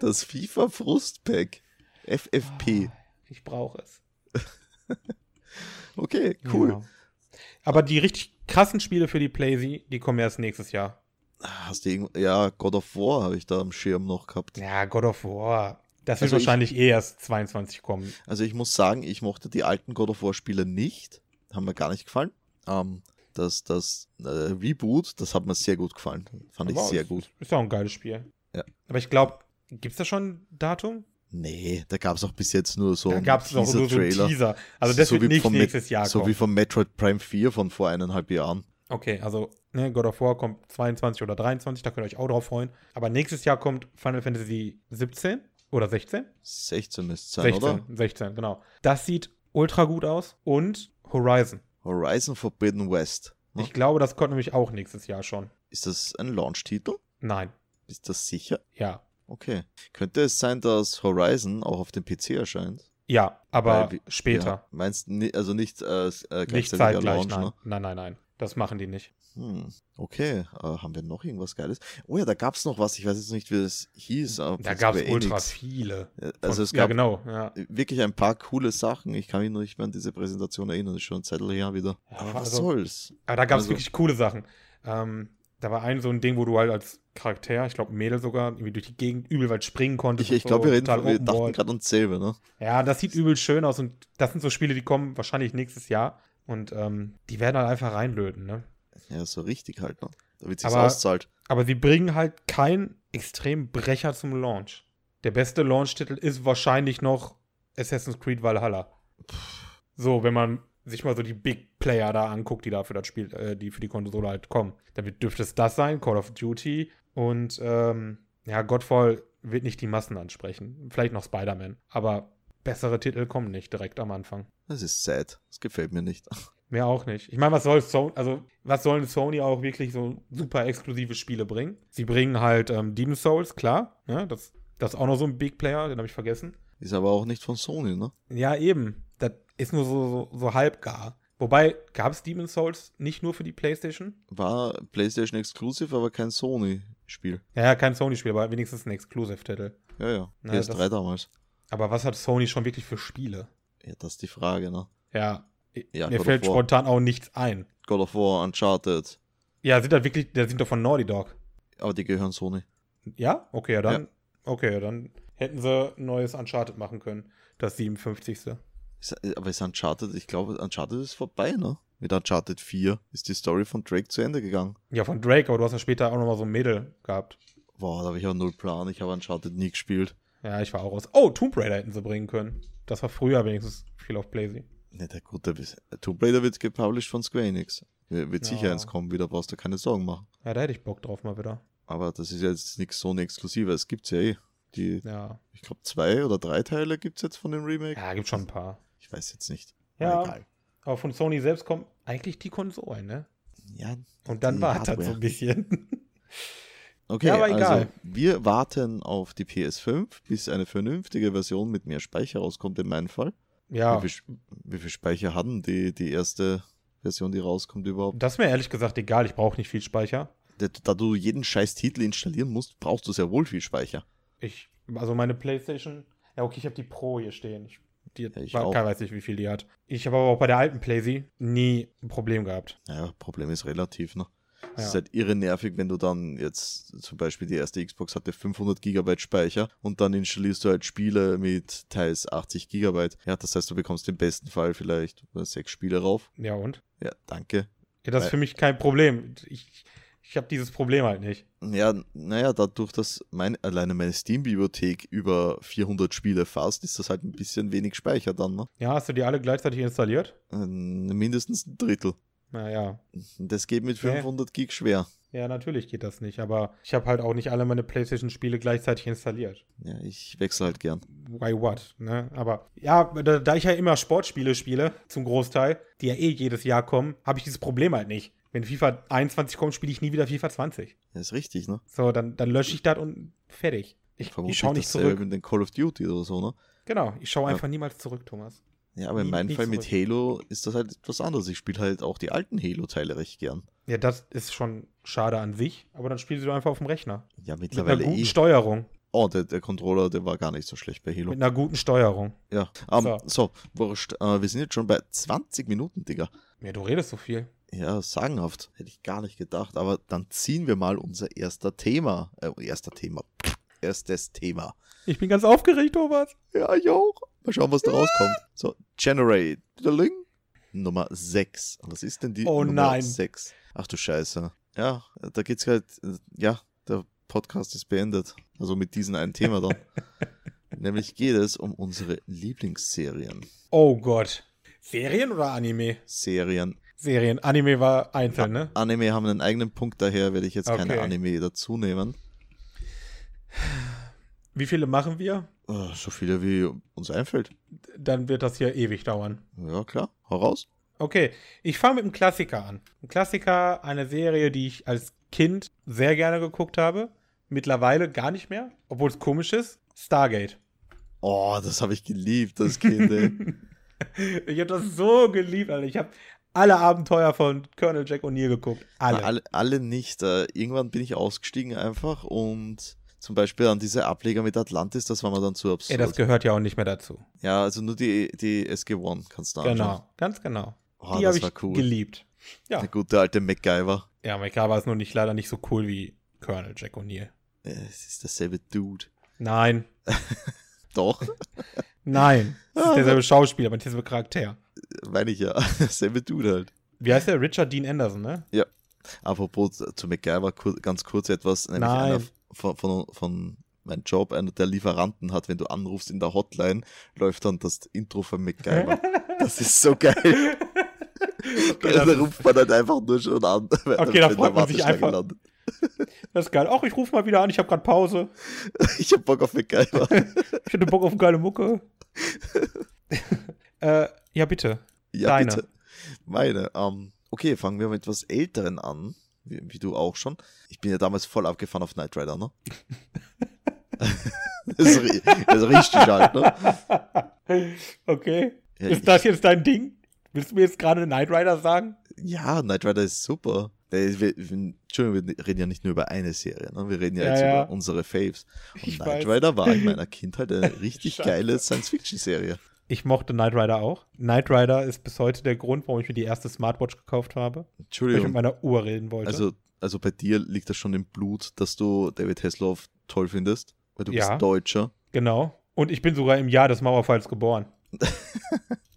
[SPEAKER 1] Das FIFA Frustpack. FFP.
[SPEAKER 2] Oh, Ich brauche es.
[SPEAKER 1] Okay, cool.
[SPEAKER 2] Ja. Aber die richtig krassen Spiele für die Playsee, die kommen erst nächstes Jahr.
[SPEAKER 1] Hast du irgend... Ja, God of War habe ich da am Schirm noch gehabt.
[SPEAKER 2] Ja, God of War. Das wird
[SPEAKER 1] Also ich-
[SPEAKER 2] wahrscheinlich eh erst 22 kommen.
[SPEAKER 1] Also ich muss sagen, ich mochte die alten God of War Spiele nicht. Haben mir gar nicht gefallen. Ähm, das das äh, Reboot, das hat mir sehr gut gefallen. Fand ich
[SPEAKER 2] Aber
[SPEAKER 1] sehr
[SPEAKER 2] ist-
[SPEAKER 1] gut.
[SPEAKER 2] Ist auch ein geiles Spiel.
[SPEAKER 1] Ja.
[SPEAKER 2] Aber ich glaube, gibt's da schon ein Datum?
[SPEAKER 1] Nee, da gab es auch bis jetzt nur so
[SPEAKER 2] da
[SPEAKER 1] einen
[SPEAKER 2] gab's noch nur so einen
[SPEAKER 1] Teaser-Trailer.
[SPEAKER 2] Teaser. Also das
[SPEAKER 1] So
[SPEAKER 2] wird
[SPEAKER 1] wie
[SPEAKER 2] nicht
[SPEAKER 1] vom
[SPEAKER 2] nächstes Jahr
[SPEAKER 1] So wie
[SPEAKER 2] kommen.
[SPEAKER 1] von Metroid Prime 4 von vor eineinhalb Jahren.
[SPEAKER 2] Okay, also ne, God of War kommt 22 oder 23, da könnt ihr euch auch drauf freuen. Aber nächstes Jahr kommt Final Fantasy 17 oder 16?
[SPEAKER 1] 16 müsste es sein,
[SPEAKER 2] 16,
[SPEAKER 1] oder?
[SPEAKER 2] 16, genau. Das sieht ultra gut aus. Und Horizon.
[SPEAKER 1] Horizon Forbidden West. Ne?
[SPEAKER 2] Ich glaube, das kommt nämlich auch nächstes Jahr schon.
[SPEAKER 1] Ist das ein Launch-Titel?
[SPEAKER 2] Nein.
[SPEAKER 1] Bist du das sicher?
[SPEAKER 2] Ja.
[SPEAKER 1] Okay. Könnte es sein, dass Horizon auch auf dem PC erscheint?
[SPEAKER 2] Ja, aber
[SPEAKER 1] Weil wir-
[SPEAKER 2] später.
[SPEAKER 1] Ja, meinst ni- also nicht äh, s- äh,
[SPEAKER 2] nicht
[SPEAKER 1] gleichzeitiger
[SPEAKER 2] zeitgleich.
[SPEAKER 1] Launch,
[SPEAKER 2] nein.
[SPEAKER 1] ne?
[SPEAKER 2] nein, nein, nein. Das machen die nicht.
[SPEAKER 1] Hm. Okay, äh, haben wir noch irgendwas Geiles? Oh ja, da gab es noch was, ich weiß jetzt nicht, wie das hieß. aber
[SPEAKER 2] Da
[SPEAKER 1] das
[SPEAKER 2] gab
[SPEAKER 1] war
[SPEAKER 2] es
[SPEAKER 1] eh
[SPEAKER 2] ultra
[SPEAKER 1] nix.
[SPEAKER 2] viele.
[SPEAKER 1] Äh,
[SPEAKER 2] Von-
[SPEAKER 1] Also es
[SPEAKER 2] ja,
[SPEAKER 1] gab
[SPEAKER 2] genau. Ja.
[SPEAKER 1] wirklich ein paar coole Sachen. Ich kann mich noch nicht mehr an diese Präsentation erinnern, ist schon ein Zettel her wieder.
[SPEAKER 2] Ja,
[SPEAKER 1] Aber was
[SPEAKER 2] also-
[SPEAKER 1] soll's?
[SPEAKER 2] Aber da gab es
[SPEAKER 1] Also-
[SPEAKER 2] wirklich coole Sachen. Ähm, da war ein so ein Ding, wo du halt als Charakter, ich glaube Mädel sogar, irgendwie durch die Gegend übel weit springen konntest.
[SPEAKER 1] Ich, ich
[SPEAKER 2] und
[SPEAKER 1] glaube,
[SPEAKER 2] so,
[SPEAKER 1] wir, reden,
[SPEAKER 2] total
[SPEAKER 1] von- wir
[SPEAKER 2] Open
[SPEAKER 1] dachten
[SPEAKER 2] World.
[SPEAKER 1] gerade uns selber, ne?
[SPEAKER 2] Ja, das sieht übel schön aus und das sind so Spiele, die kommen wahrscheinlich nächstes Jahr und ähm, die werden halt einfach reinlöten, ne?
[SPEAKER 1] Ja, so richtig halt, ne? Da wird sich's
[SPEAKER 2] Aber-
[SPEAKER 1] auszahlt.
[SPEAKER 2] Aber sie bringen halt keinen extremen Brecher zum Launch. Der beste Launch-Titel ist wahrscheinlich noch Assassin's Creed Valhalla. So, wenn man sich mal so die Big Player da anguckt, die da für das Spiel, äh, die für die Konsole halt kommen. Damit dürfte es das sein, Call of Duty und ähm, ja, Godfall wird nicht die Massen ansprechen. Vielleicht noch Spider-Man, aber bessere Titel kommen nicht direkt am Anfang.
[SPEAKER 1] Das ist sad. Das gefällt mir nicht.
[SPEAKER 2] Mehr auch nicht. Ich meine, was soll Sony, also was sollen Sony auch wirklich so super exklusive Spiele bringen? Sie bringen halt ähm, Demon Souls, klar, ne? Das, das ist auch noch so ein Big Player, den habe ich vergessen.
[SPEAKER 1] Ist aber auch nicht von Sony, ne?
[SPEAKER 2] Ja, eben. Das ist nur so, so, so halbgar. Wobei, gab es Demon Souls nicht nur für die PlayStation?
[SPEAKER 1] War PlayStation Exclusive, aber kein Sony-Spiel.
[SPEAKER 2] Ja, ja, kein Sony-Spiel, aber wenigstens ein Exclusive-Titel.
[SPEAKER 1] Ja, ja.
[SPEAKER 2] Na,
[SPEAKER 1] PS3
[SPEAKER 2] das-
[SPEAKER 1] damals.
[SPEAKER 2] Aber was hat Sony schon wirklich für Spiele?
[SPEAKER 1] Ja, das ist die Frage, ne?
[SPEAKER 2] Ja,
[SPEAKER 1] Ja,
[SPEAKER 2] mir
[SPEAKER 1] God
[SPEAKER 2] fällt
[SPEAKER 1] of War.
[SPEAKER 2] spontan auch nichts ein.
[SPEAKER 1] God of War, Uncharted.
[SPEAKER 2] Ja, sind das wirklich, das sind doch von Naughty Dog.
[SPEAKER 1] Aber die gehören Sony.
[SPEAKER 2] Ja? Okay, ja, dann, okay, ja, dann hätten sie ein neues Uncharted machen können. Das 57.
[SPEAKER 1] Ist, aber ist Uncharted, ich glaube, Uncharted ist vorbei, ne? Mit Uncharted 4 ist die Story von Drake zu Ende gegangen.
[SPEAKER 2] Ja, von Drake, aber du hast ja später auch nochmal so ein Mädel gehabt.
[SPEAKER 1] Boah, da habe ich auch null Plan. Ich habe Uncharted nie gespielt.
[SPEAKER 2] Ja, ich war auch raus. Oh, Tomb Raider hätten sie bringen können. Das war früher wenigstens viel auf Blazy.
[SPEAKER 1] Ne, der gute Wiss- Tomb Raider wird gepublished von Square Enix. W- Wird
[SPEAKER 2] Ja.
[SPEAKER 1] sicher eins kommen wieder, brauchst du keine Sorgen machen.
[SPEAKER 2] Ja, da hätte ich Bock drauf mal wieder.
[SPEAKER 1] Aber das ist jetzt nichts so eine Exklusive. Es gibt's ja eh. Die,
[SPEAKER 2] Ja.
[SPEAKER 1] ich glaube, zwei oder drei Teile gibt's jetzt von dem Remake.
[SPEAKER 2] Ja, gibt schon ein paar.
[SPEAKER 1] Ich weiß jetzt nicht.
[SPEAKER 2] Ja.
[SPEAKER 1] Aber egal.
[SPEAKER 2] Aber von Sony selbst kommen eigentlich die Konsolen, ne?
[SPEAKER 1] Ja,
[SPEAKER 2] Und dann
[SPEAKER 1] Die
[SPEAKER 2] war das so
[SPEAKER 1] Hardware.
[SPEAKER 2] ein bisschen.
[SPEAKER 1] Okay,
[SPEAKER 2] Ja, aber egal.
[SPEAKER 1] also wir warten auf die PS5, bis eine vernünftige Version mit mehr Speicher rauskommt, in meinem Fall.
[SPEAKER 2] ja.
[SPEAKER 1] Wie, viel, Sch- wie viel Speicher hatten die, die erste Version, die rauskommt überhaupt?
[SPEAKER 2] Das ist mir ehrlich gesagt egal, ich brauche nicht viel Speicher.
[SPEAKER 1] Da, da du jeden scheiß Titel installieren musst, brauchst du sehr wohl viel Speicher.
[SPEAKER 2] Ich, also meine Playstation, ja okay, ich habe die Pro hier stehen. Ich, die
[SPEAKER 1] Ja, ich
[SPEAKER 2] war,
[SPEAKER 1] auch.
[SPEAKER 2] kein weiß nicht, wie viel die hat. Ich habe aber auch bei der alten Playsy nie ein Problem gehabt.
[SPEAKER 1] Naja, Problem ist relativ, ne? Es
[SPEAKER 2] Ja.
[SPEAKER 1] ist halt irre nervig, wenn du dann jetzt zum Beispiel die erste Xbox hatte 500 Gigabyte Speicher und dann installierst du halt Spiele mit teils 80 Gigabyte. Ja, das heißt, du bekommst im besten Fall vielleicht äh, sechs Spiele rauf.
[SPEAKER 2] Ja und?
[SPEAKER 1] Ja, danke.
[SPEAKER 2] Ja, das ist
[SPEAKER 1] Weil-
[SPEAKER 2] für mich kein Problem. Ich, ich habe dieses Problem halt nicht.
[SPEAKER 1] Ja, naja, dadurch, dass mein, alleine meine Steam-Bibliothek über 400 Spiele fasst, ist das halt ein bisschen wenig Speicher dann, ne?
[SPEAKER 2] Ja, hast du die alle gleichzeitig installiert?
[SPEAKER 1] Ähm, Mindestens ein Drittel.
[SPEAKER 2] Naja.
[SPEAKER 1] Das geht mit
[SPEAKER 2] Ja.
[SPEAKER 1] 500 Gig schwer.
[SPEAKER 2] Ja, natürlich geht das nicht, aber ich habe halt auch nicht alle meine Playstation-Spiele gleichzeitig installiert.
[SPEAKER 1] Ja, ich wechsle halt gern.
[SPEAKER 2] Why what, ne? Aber ja, da, da ich ja immer Sportspiele spiele, zum Großteil, die ja eh jedes Jahr kommen, habe ich dieses Problem halt nicht. Wenn FIFA 21 kommt, spiele ich nie wieder FIFA 20.
[SPEAKER 1] Ja, ist richtig, ne?
[SPEAKER 2] So, dann, dann lösche ich das und fertig. Ich, ich schaue nicht
[SPEAKER 1] dasselbe
[SPEAKER 2] zurück.
[SPEAKER 1] mit den Call of Duty oder so, ne?
[SPEAKER 2] Genau, ich schaue
[SPEAKER 1] Ja.
[SPEAKER 2] einfach niemals zurück, Thomas.
[SPEAKER 1] Ja, aber in
[SPEAKER 2] Nie-
[SPEAKER 1] meinem
[SPEAKER 2] nie
[SPEAKER 1] Fall mit
[SPEAKER 2] zurück.
[SPEAKER 1] Halo ist das halt etwas anderes. Ich spiele halt auch die alten Halo-Teile recht gern.
[SPEAKER 2] Ja, das ist schon schade an sich, aber dann spielst du einfach auf dem Rechner.
[SPEAKER 1] Ja,
[SPEAKER 2] Mit einer
[SPEAKER 1] mittlerweile
[SPEAKER 2] guten
[SPEAKER 1] eh.
[SPEAKER 2] Steuerung.
[SPEAKER 1] Oh, der, der Controller, der war gar nicht so schlecht bei Halo.
[SPEAKER 2] Mit einer guten Steuerung.
[SPEAKER 1] Ja. Ähm,
[SPEAKER 2] So.
[SPEAKER 1] so, wurscht. Äh, wir sind jetzt schon bei 20 Minuten, Digga.
[SPEAKER 2] Ja, du redest so viel.
[SPEAKER 1] Ja, sagenhaft. Hätte ich gar nicht gedacht. Aber dann ziehen wir mal unser erster Thema. Äh, erster Thema. Erstes Thema.
[SPEAKER 2] Ich bin ganz aufgeregt, Thomas.
[SPEAKER 1] Ja, ich auch. Mal schauen, was da rauskommt. So, Generate. Diddling. Nummer 6. Was ist denn die
[SPEAKER 2] Oh
[SPEAKER 1] Nummer
[SPEAKER 2] nein.
[SPEAKER 1] 6? Ach du Scheiße. Ja, da geht's halt. Ja, der Podcast ist beendet. Also mit diesem einen Thema dann. Nämlich geht es um unsere Lieblingsserien.
[SPEAKER 2] Oh Gott. Serien oder Anime?
[SPEAKER 1] Serien.
[SPEAKER 2] Serien. Anime war einzeln, ne?
[SPEAKER 1] Anime haben einen eigenen Punkt, daher werde ich jetzt keine
[SPEAKER 2] Okay.
[SPEAKER 1] Anime dazu nehmen.
[SPEAKER 2] Wie viele machen wir?
[SPEAKER 1] Äh, So viele wie uns einfällt.
[SPEAKER 2] Dann wird das hier ewig dauern.
[SPEAKER 1] Ja, klar. Hau raus.
[SPEAKER 2] Okay, ich fange mit einem Klassiker an. Ein Klassiker, eine Serie, die ich als Kind sehr gerne geguckt habe. Mittlerweile gar nicht mehr, obwohl es komisch ist. Stargate.
[SPEAKER 1] Oh, das habe ich geliebt, das Kind. ey.
[SPEAKER 2] Ich habe das so geliebt, Alter. Ich habe alle Abenteuer von Colonel Jack O'Neill geguckt. Alle.
[SPEAKER 1] alle. alle nicht. Äh, Irgendwann bin ich ausgestiegen einfach und zum Beispiel an diese Ableger mit Atlantis, das war mir dann zu
[SPEAKER 2] Ey,
[SPEAKER 1] absurd.
[SPEAKER 2] das gehört ja auch nicht mehr dazu.
[SPEAKER 1] ja, also nur die, die SG-1 kannst du anschauen.
[SPEAKER 2] Genau, ganz genau.
[SPEAKER 1] Oh,
[SPEAKER 2] die habe
[SPEAKER 1] Ah, das
[SPEAKER 2] ich
[SPEAKER 1] war cool.
[SPEAKER 2] geliebt. Ja.
[SPEAKER 1] Der gute alte MacGyver.
[SPEAKER 2] Ja, McGuire war es nur nicht, leider nicht so cool wie Colonel Jack O'Neill.
[SPEAKER 1] Äh, Es ist derselbe Dude.
[SPEAKER 2] Nein,
[SPEAKER 1] Doch,
[SPEAKER 2] nein. Das
[SPEAKER 1] Ah.
[SPEAKER 2] ist derselbe Schauspieler, aber nicht derselbe Charakter.
[SPEAKER 1] meine ich ja. Derselbe Dude halt.
[SPEAKER 2] Wie heißt der? Richard Dean Anderson, ne?
[SPEAKER 1] Apropos äh, zu MacGyver, kur ganz kurz etwas. Nämlich
[SPEAKER 2] Nein.
[SPEAKER 1] einer von, von, von meinem Job, einer der Lieferanten hat, wenn du anrufst in der Hotline, läuft dann das Intro von MacGyver. Das ist so geil.
[SPEAKER 2] Okay,
[SPEAKER 1] da
[SPEAKER 2] das,
[SPEAKER 1] ruft man dann einfach nur schon an. wenn
[SPEAKER 2] Okay,
[SPEAKER 1] in
[SPEAKER 2] da
[SPEAKER 1] der
[SPEAKER 2] freut man sich
[SPEAKER 1] Warteschlange
[SPEAKER 2] einfach.
[SPEAKER 1] landet.
[SPEAKER 2] das ist geil. Ach, ich rufe mal wieder an, ich habe gerade Pause.
[SPEAKER 1] Ich hab Bock auf MacGyver.
[SPEAKER 2] Ich hätte Bock auf eine geile Mucke. äh, ja, bitte.
[SPEAKER 1] Ja,
[SPEAKER 2] Deine.
[SPEAKER 1] bitte. Meine. Ähm, okay, fangen wir mit etwas Älteren an, wie, wie du auch schon. Ich bin ja damals voll abgefahren auf Knight Rider, ne? das, ist, ri- das ist richtig halt, ne?
[SPEAKER 2] Okay.
[SPEAKER 1] Ja,
[SPEAKER 2] ist das jetzt dein Ding? Willst du mir jetzt gerade Knight Rider sagen?
[SPEAKER 1] ich, ja Knight Rider ist super. Äh, Wir, wir, Entschuldigung, wir reden ja nicht nur über eine Serie, ne? wir reden ja,
[SPEAKER 2] Ja,
[SPEAKER 1] jetzt
[SPEAKER 2] ja.
[SPEAKER 1] über unsere Faves. Und
[SPEAKER 2] Ich
[SPEAKER 1] Oh, Knight
[SPEAKER 2] weiß.
[SPEAKER 1] Rider war in meiner Kindheit eine richtig
[SPEAKER 2] Scheiße.
[SPEAKER 1] geile Science-Fiction-Serie.
[SPEAKER 2] Ich mochte Knight Rider auch. Knight Rider ist bis heute der Grund, warum ich mir die erste Smartwatch gekauft habe, weil ich mit
[SPEAKER 1] Entschuldigung,
[SPEAKER 2] meiner Uhr reden wollte.
[SPEAKER 1] Also, also bei dir liegt das schon im Blut, dass du David Hasselhoff toll findest, weil du
[SPEAKER 2] Ja.
[SPEAKER 1] bist Deutscher.
[SPEAKER 2] genau. Und ich bin sogar im Jahr des Mauerfalls geboren.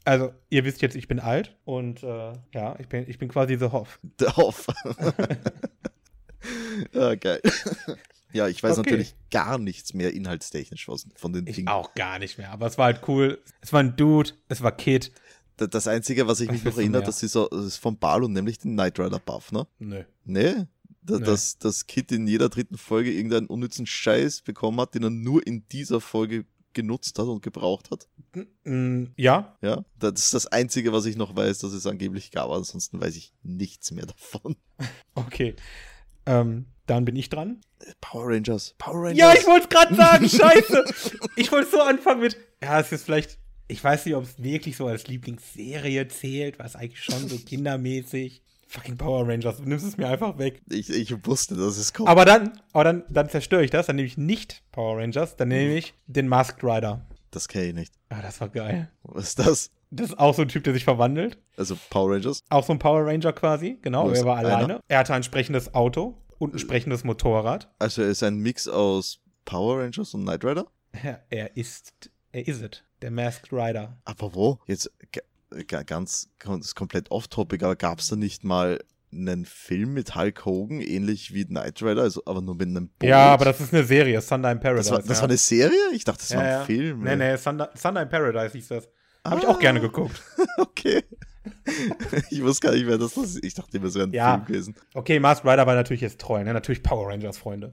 [SPEAKER 2] also, ihr wisst jetzt, ich bin alt und äh, ja, ich bin, ich bin quasi The Hoff.
[SPEAKER 1] Drauf. ah, geil. Ja, ich weiß
[SPEAKER 2] Okay.
[SPEAKER 1] natürlich gar nichts mehr inhaltstechnisch was von den
[SPEAKER 2] Ich
[SPEAKER 1] Dingen.
[SPEAKER 2] auch gar nicht mehr, aber es war halt cool. Es war ein Dude, es war Kid.
[SPEAKER 1] D- Das Einzige, was ich
[SPEAKER 2] Was
[SPEAKER 1] mich
[SPEAKER 2] willst
[SPEAKER 1] noch
[SPEAKER 2] du
[SPEAKER 1] erinnere,
[SPEAKER 2] mehr?
[SPEAKER 1] das ist, so- das ist von Balu, nämlich den Knight Rider Buff, ne?
[SPEAKER 2] Nö.
[SPEAKER 1] Ne? Da,
[SPEAKER 2] Nee.
[SPEAKER 1] Dass das Kid in jeder dritten Folge irgendeinen unnützen Scheiß bekommen hat, den er nur in dieser Folge genutzt hat und gebraucht hat.
[SPEAKER 2] Mm, ja,
[SPEAKER 1] Ja, das ist das Einzige, was ich noch weiß, dass es angeblich gab. Ansonsten weiß ich nichts mehr davon.
[SPEAKER 2] okay. Ähm, dann bin ich dran.
[SPEAKER 1] Power Rangers. Power Rangers.
[SPEAKER 2] Ja, ich wollte es gerade sagen, scheiße. Ich wollte so anfangen mit, ja, es ist vielleicht, ich weiß nicht, ob es wirklich so als Lieblingsserie zählt, was eigentlich schon so kindermäßig. Fucking Power Rangers, du nimmst es mir einfach weg.
[SPEAKER 1] ich, ich wusste, dass es kommt.
[SPEAKER 2] Aber dann, aber dann, dann zerstöre ich das, dann nehme ich nicht Power Rangers, dann nehme ich den Masked Rider.
[SPEAKER 1] das kenne ich nicht.
[SPEAKER 2] Ah, das war geil.
[SPEAKER 1] Was ist das?
[SPEAKER 2] Das ist auch so ein Typ, der sich verwandelt.
[SPEAKER 1] Also Power Rangers?
[SPEAKER 2] Auch so ein Power Ranger quasi, genau,
[SPEAKER 1] Nur
[SPEAKER 2] aber
[SPEAKER 1] ist
[SPEAKER 2] er war
[SPEAKER 1] einer. Äh.
[SPEAKER 2] alleine. Er hatte ein sprechendes Auto und ein sprechendes Motorrad.
[SPEAKER 1] Also er ist ein Mix aus Power Rangers und Knight Rider?
[SPEAKER 2] Er ist, er ist es, der Masked Rider.
[SPEAKER 1] Aber wo? Jetzt ga- ga- ganz ganz komplett off-topic, aber gab es da nicht mal einen Film mit Hulk Hogan, ähnlich wie Knight Rider, also, aber nur mit einem Boot?
[SPEAKER 2] Ja, aber das ist eine Serie, Sunday in Paradise.
[SPEAKER 1] Das war, das
[SPEAKER 2] ja.
[SPEAKER 1] war eine Serie? Ich dachte, das
[SPEAKER 2] Ja,
[SPEAKER 1] war ein
[SPEAKER 2] ja.
[SPEAKER 1] Film.
[SPEAKER 2] Nee, nee, Sunday, Sunday in Paradise hieß das. Habe ich
[SPEAKER 1] Ah.
[SPEAKER 2] auch gerne geguckt.
[SPEAKER 1] Okay. ich wusste gar nicht mehr, dass das. Ich dachte, wir wäre ein
[SPEAKER 2] Ja.
[SPEAKER 1] Film gewesen.
[SPEAKER 2] Okay, Masked Rider war natürlich jetzt treu, ne? Natürlich Power Rangers, Freunde.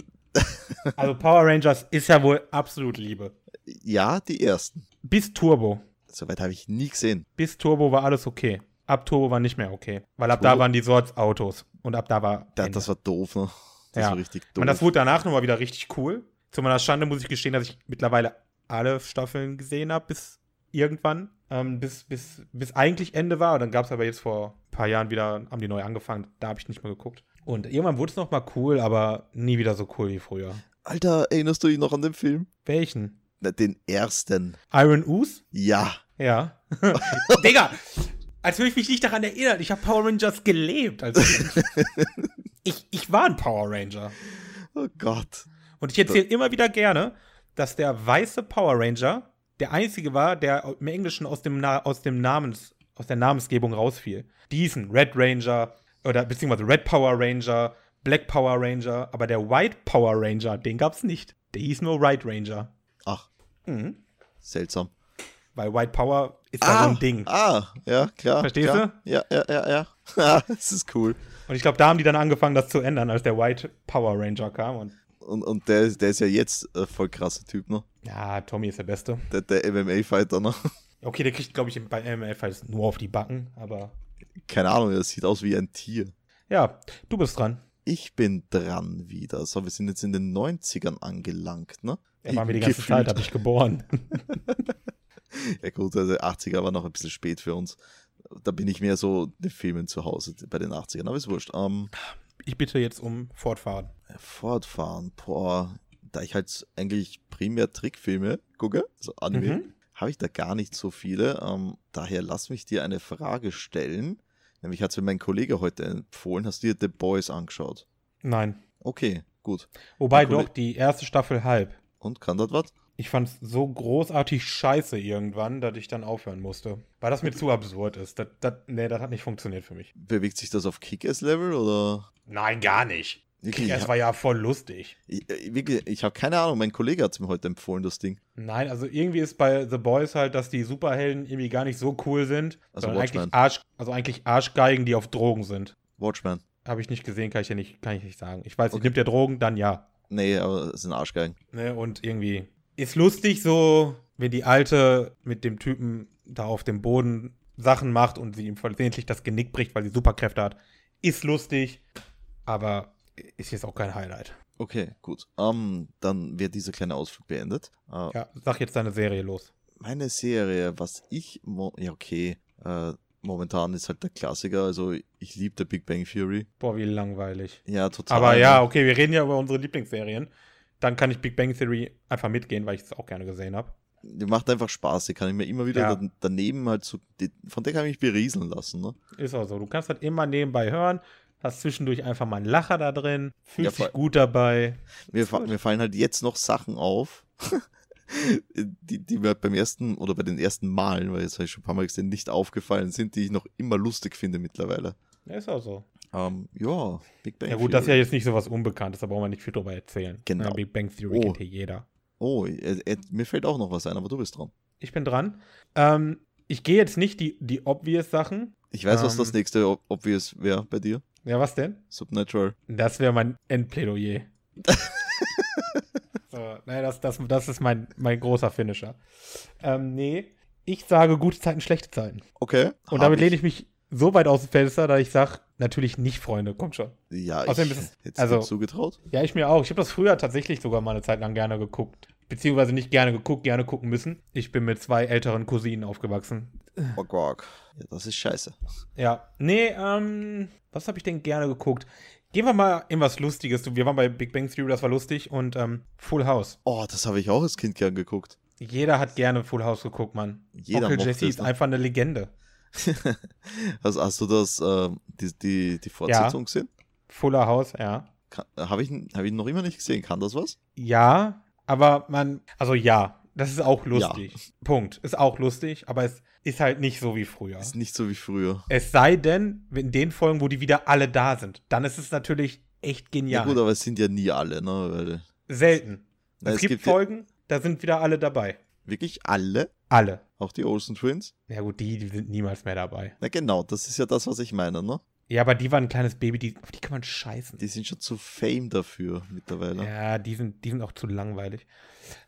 [SPEAKER 2] Also Power Rangers ist ja wohl absolut Liebe.
[SPEAKER 1] Ja, die ersten.
[SPEAKER 2] Bis Turbo.
[SPEAKER 1] Soweit habe ich nie gesehen.
[SPEAKER 2] Bis Turbo war alles okay. Ab Turbo war nicht mehr okay. Weil ab da
[SPEAKER 1] Turbo-
[SPEAKER 2] waren die Sorts Autos. Und ab da war.
[SPEAKER 1] Da,
[SPEAKER 2] Ende.
[SPEAKER 1] das war doof, ne? Das
[SPEAKER 2] Ja.
[SPEAKER 1] war richtig doof.
[SPEAKER 2] Man, das wurde danach nochmal wieder richtig cool. Zu meiner Schande muss ich gestehen, dass ich mittlerweile alle Staffeln gesehen habe, bis irgendwann, ähm, bis, bis, bis eigentlich Ende war. Und dann gab es aber jetzt vor ein paar Jahren wieder, haben die neu angefangen. Da habe ich nicht mehr geguckt. Und irgendwann wurde es nochmal cool, aber nie wieder so cool wie früher.
[SPEAKER 1] Alter, erinnerst du dich noch an den Film?
[SPEAKER 2] Welchen?
[SPEAKER 1] Na, den ersten.
[SPEAKER 2] Iron Ooze?
[SPEAKER 1] Ja.
[SPEAKER 2] Ja. Digga, als würde ich mich nicht daran erinnern. Ich habe Power Rangers gelebt. Als Kind. ich, ich war ein Power Ranger.
[SPEAKER 1] Oh Gott.
[SPEAKER 2] Und ich erzähle immer wieder gerne, dass der weiße Power Ranger der einzige war, der im Englischen aus dem, Na aus dem Namens, aus der Namensgebung rausfiel. Diesen Red Ranger oder beziehungsweise Red Power Ranger, Black Power Ranger, aber der White Power Ranger, den gab's nicht. Der hieß nur White Ranger.
[SPEAKER 1] Ach,
[SPEAKER 2] Mhm.
[SPEAKER 1] seltsam.
[SPEAKER 2] Weil White Power ist ja so ein Ding.
[SPEAKER 1] Ah, ja, klar.
[SPEAKER 2] Verstehst
[SPEAKER 1] klar. du? Ja, ja, ja, ja. Ah, das ist cool.
[SPEAKER 2] Und ich glaube, da haben die dann angefangen, das zu ändern, als der White Power Ranger kam. Und
[SPEAKER 1] Und, und der, ist- der ist ja jetzt äh, voll krasser Typ, ne?
[SPEAKER 2] ja, Tommy ist der Beste.
[SPEAKER 1] Der, der MMA-Fighter, ne?
[SPEAKER 2] Okay, der kriegt, glaube ich, bei MF halt nur auf die Backen, aber
[SPEAKER 1] Keine Ahnung, der sieht aus wie ein Tier.
[SPEAKER 2] ja, du bist dran.
[SPEAKER 1] Ich bin dran wieder. So, wir sind jetzt in den 90ern angelangt, ne?
[SPEAKER 2] Er war mir die ganze Zeit, habe ich geboren.
[SPEAKER 1] Ja gut, also 80er war noch ein bisschen spät für uns. Da bin ich mehr so in den Filmen zu Hause bei den 80ern, aber ist wurscht. Ähm,
[SPEAKER 2] Ich bitte jetzt um Fortfahren.
[SPEAKER 1] fortfahren, boah. Da ich halt eigentlich primär Trickfilme gucke, so Anime,
[SPEAKER 2] Mhm.
[SPEAKER 1] habe ich da gar nicht so viele. Ähm, daher lass mich dir eine Frage stellen. Nämlich hat es mir mein Kollege heute empfohlen, hast du dir The Boys angeschaut?
[SPEAKER 2] Nein.
[SPEAKER 1] Okay, gut.
[SPEAKER 2] Wobei
[SPEAKER 1] Na, cool.
[SPEAKER 2] doch die erste Staffel halb.
[SPEAKER 1] Und kann das was?
[SPEAKER 2] Ich fand es so großartig scheiße irgendwann, dass ich dann aufhören musste. Weil das mir zu absurd ist. Das, das, nee, das hat nicht funktioniert für mich.
[SPEAKER 1] Bewegt sich das auf Kick-Ass-Level oder?
[SPEAKER 2] Nein, gar nicht.
[SPEAKER 1] Wirklich, ich
[SPEAKER 2] Das
[SPEAKER 1] hab,
[SPEAKER 2] war ja voll lustig.
[SPEAKER 1] ich, ich- wirklich, ich habe keine Ahnung, mein Kollege hat es mir heute empfohlen, das Ding.
[SPEAKER 2] Nein, also irgendwie ist bei The Boys halt, dass die Superhelden irgendwie gar nicht so cool sind,
[SPEAKER 1] Also
[SPEAKER 2] sondern
[SPEAKER 1] Watchmen.
[SPEAKER 2] eigentlich, Arsch, also eigentlich Arschgeigen, die auf Drogen sind.
[SPEAKER 1] Watchman.
[SPEAKER 2] Habe ich nicht gesehen, kann ich ja nicht, kann ich nicht sagen. Ich weiß,
[SPEAKER 1] Okay.
[SPEAKER 2] nimmt der Drogen, dann ja.
[SPEAKER 1] Nee, aber es sind Arschgeigen.
[SPEAKER 2] Ne, und irgendwie ist lustig so, wenn die Alte mit dem Typen da auf dem Boden Sachen macht und sie ihm versehentlich das Genick bricht, weil sie Superkräfte hat. Ist lustig, aber ist jetzt auch kein Highlight.
[SPEAKER 1] Okay, gut. Ähm, dann wird dieser kleine Ausflug beendet. Äh,
[SPEAKER 2] Ja, sag jetzt deine Serie los.
[SPEAKER 1] Meine Serie, was ich. Mo ja, okay. Äh, momentan ist halt der Klassiker. Also, ich liebe der Big Bang Theory.
[SPEAKER 2] Boah, wie langweilig.
[SPEAKER 1] Ja, total.
[SPEAKER 2] Aber ja, okay, wir reden ja über unsere Lieblingsserien. Dann kann ich Big Bang Theory einfach mitgehen, weil ich es auch gerne gesehen habe.
[SPEAKER 1] Die macht einfach Spaß. Die kann ich mir immer wieder
[SPEAKER 2] Ja.
[SPEAKER 1] da- daneben halt so. Die, von der kann ich mich berieseln lassen, ne?
[SPEAKER 2] Ist auch so. Du kannst das immer nebenbei hören, hast zwischendurch einfach mal einen Lacher da drin,
[SPEAKER 1] Ja,
[SPEAKER 2] fühlst
[SPEAKER 1] voll.
[SPEAKER 2] dich gut dabei.
[SPEAKER 1] Mir,
[SPEAKER 2] Ist
[SPEAKER 1] fa
[SPEAKER 2] gut.
[SPEAKER 1] mir fallen halt jetzt noch Sachen auf, die, die mir beim ersten oder bei den ersten Malen, weil jetzt habe ich schon ein paar Mal gesehen, nicht aufgefallen sind, die ich noch immer lustig finde mittlerweile.
[SPEAKER 2] Ist auch so.
[SPEAKER 1] Ähm, ja, Big Bang
[SPEAKER 2] Ja gut, das ist ja
[SPEAKER 1] Theory.
[SPEAKER 2] jetzt nicht so was Unbekanntes, da brauchen wir nicht viel drüber erzählen.
[SPEAKER 1] Genau.
[SPEAKER 2] Ja, Big Bang Theory
[SPEAKER 1] Oh.
[SPEAKER 2] kennt hier jeder.
[SPEAKER 1] Oh, äh, äh, mir fällt auch noch was ein, aber du bist dran.
[SPEAKER 2] Ich bin dran. Ähm, ich gehe jetzt nicht die, die obvious Sachen.
[SPEAKER 1] Ich weiß, was das
[SPEAKER 2] Ähm.
[SPEAKER 1] nächste ob obvious wäre bei dir.
[SPEAKER 2] Ja, was denn?
[SPEAKER 1] Subnatural.
[SPEAKER 2] Das wäre mein Endplädoyer. so, nein, das, das, das ist mein, mein großer Finisher. Ähm, nee, ich sage gute Zeiten, schlechte Zeiten.
[SPEAKER 1] Okay.
[SPEAKER 2] Und damit lehne ich mich so weit aus dem Fenster, dass ich sage, natürlich nicht Freunde, kommt schon.
[SPEAKER 1] Ja, ich
[SPEAKER 2] Außerdem
[SPEAKER 1] hätte
[SPEAKER 2] ist es-
[SPEAKER 1] es
[SPEAKER 2] also-
[SPEAKER 1] dir zugetraut.
[SPEAKER 2] Ja, ich mir auch. Ich habe das früher tatsächlich sogar mal eine Zeit lang gerne geguckt. Beziehungsweise nicht gerne geguckt, gerne gucken müssen. Ich bin mit zwei älteren Cousinen aufgewachsen.
[SPEAKER 1] Oh Gott. Ja, das ist scheiße.
[SPEAKER 2] Ja. Nee, ähm, was habe ich denn gerne geguckt? Gehen wir mal in was Lustiges. Du, Wir waren bei Big Bang Theory, das war lustig. Und ähm, Full House.
[SPEAKER 1] Oh, das habe ich auch als Kind gern geguckt.
[SPEAKER 2] Jeder hat gerne Full House geguckt, Mann.
[SPEAKER 1] Jeder
[SPEAKER 2] Onkel
[SPEAKER 1] mochte
[SPEAKER 2] Jesse
[SPEAKER 1] es,
[SPEAKER 2] ist
[SPEAKER 1] ne?
[SPEAKER 2] einfach eine Legende.
[SPEAKER 1] Also hast du das, ähm, die, die, die Fortsetzung gesehen?
[SPEAKER 2] Fuller House, ja.
[SPEAKER 1] Kann- Habe ich, ihn- hab ich ihn noch immer nicht gesehen. Kann das was?
[SPEAKER 2] Ja, aber man, also ja, das ist auch lustig. Punkt. Ist auch lustig, aber es ist halt nicht so wie früher.
[SPEAKER 1] Ist nicht so wie früher.
[SPEAKER 2] Es sei denn, in den Folgen, wo die wieder alle da sind, dann ist es natürlich echt
[SPEAKER 1] Ja,
[SPEAKER 2] genial.
[SPEAKER 1] gut, aber es sind ja nie alle, ne? Weil,
[SPEAKER 2] Selten.
[SPEAKER 1] Na,
[SPEAKER 2] es,
[SPEAKER 1] es
[SPEAKER 2] gibt,
[SPEAKER 1] gibt ja-
[SPEAKER 2] Folgen, da sind wieder alle dabei.
[SPEAKER 1] wirklich alle,
[SPEAKER 2] Alle.
[SPEAKER 1] auch die Olsen Twins.
[SPEAKER 2] Ja gut, die, die sind niemals mehr dabei.
[SPEAKER 1] Na genau, das ist ja das, was ich meine, ne?
[SPEAKER 2] Ja, aber die waren ein kleines Baby, die, auf die kann man scheißen.
[SPEAKER 1] Die sind schon zu Fame dafür mittlerweile.
[SPEAKER 2] ja, die sind, die sind auch zu langweilig.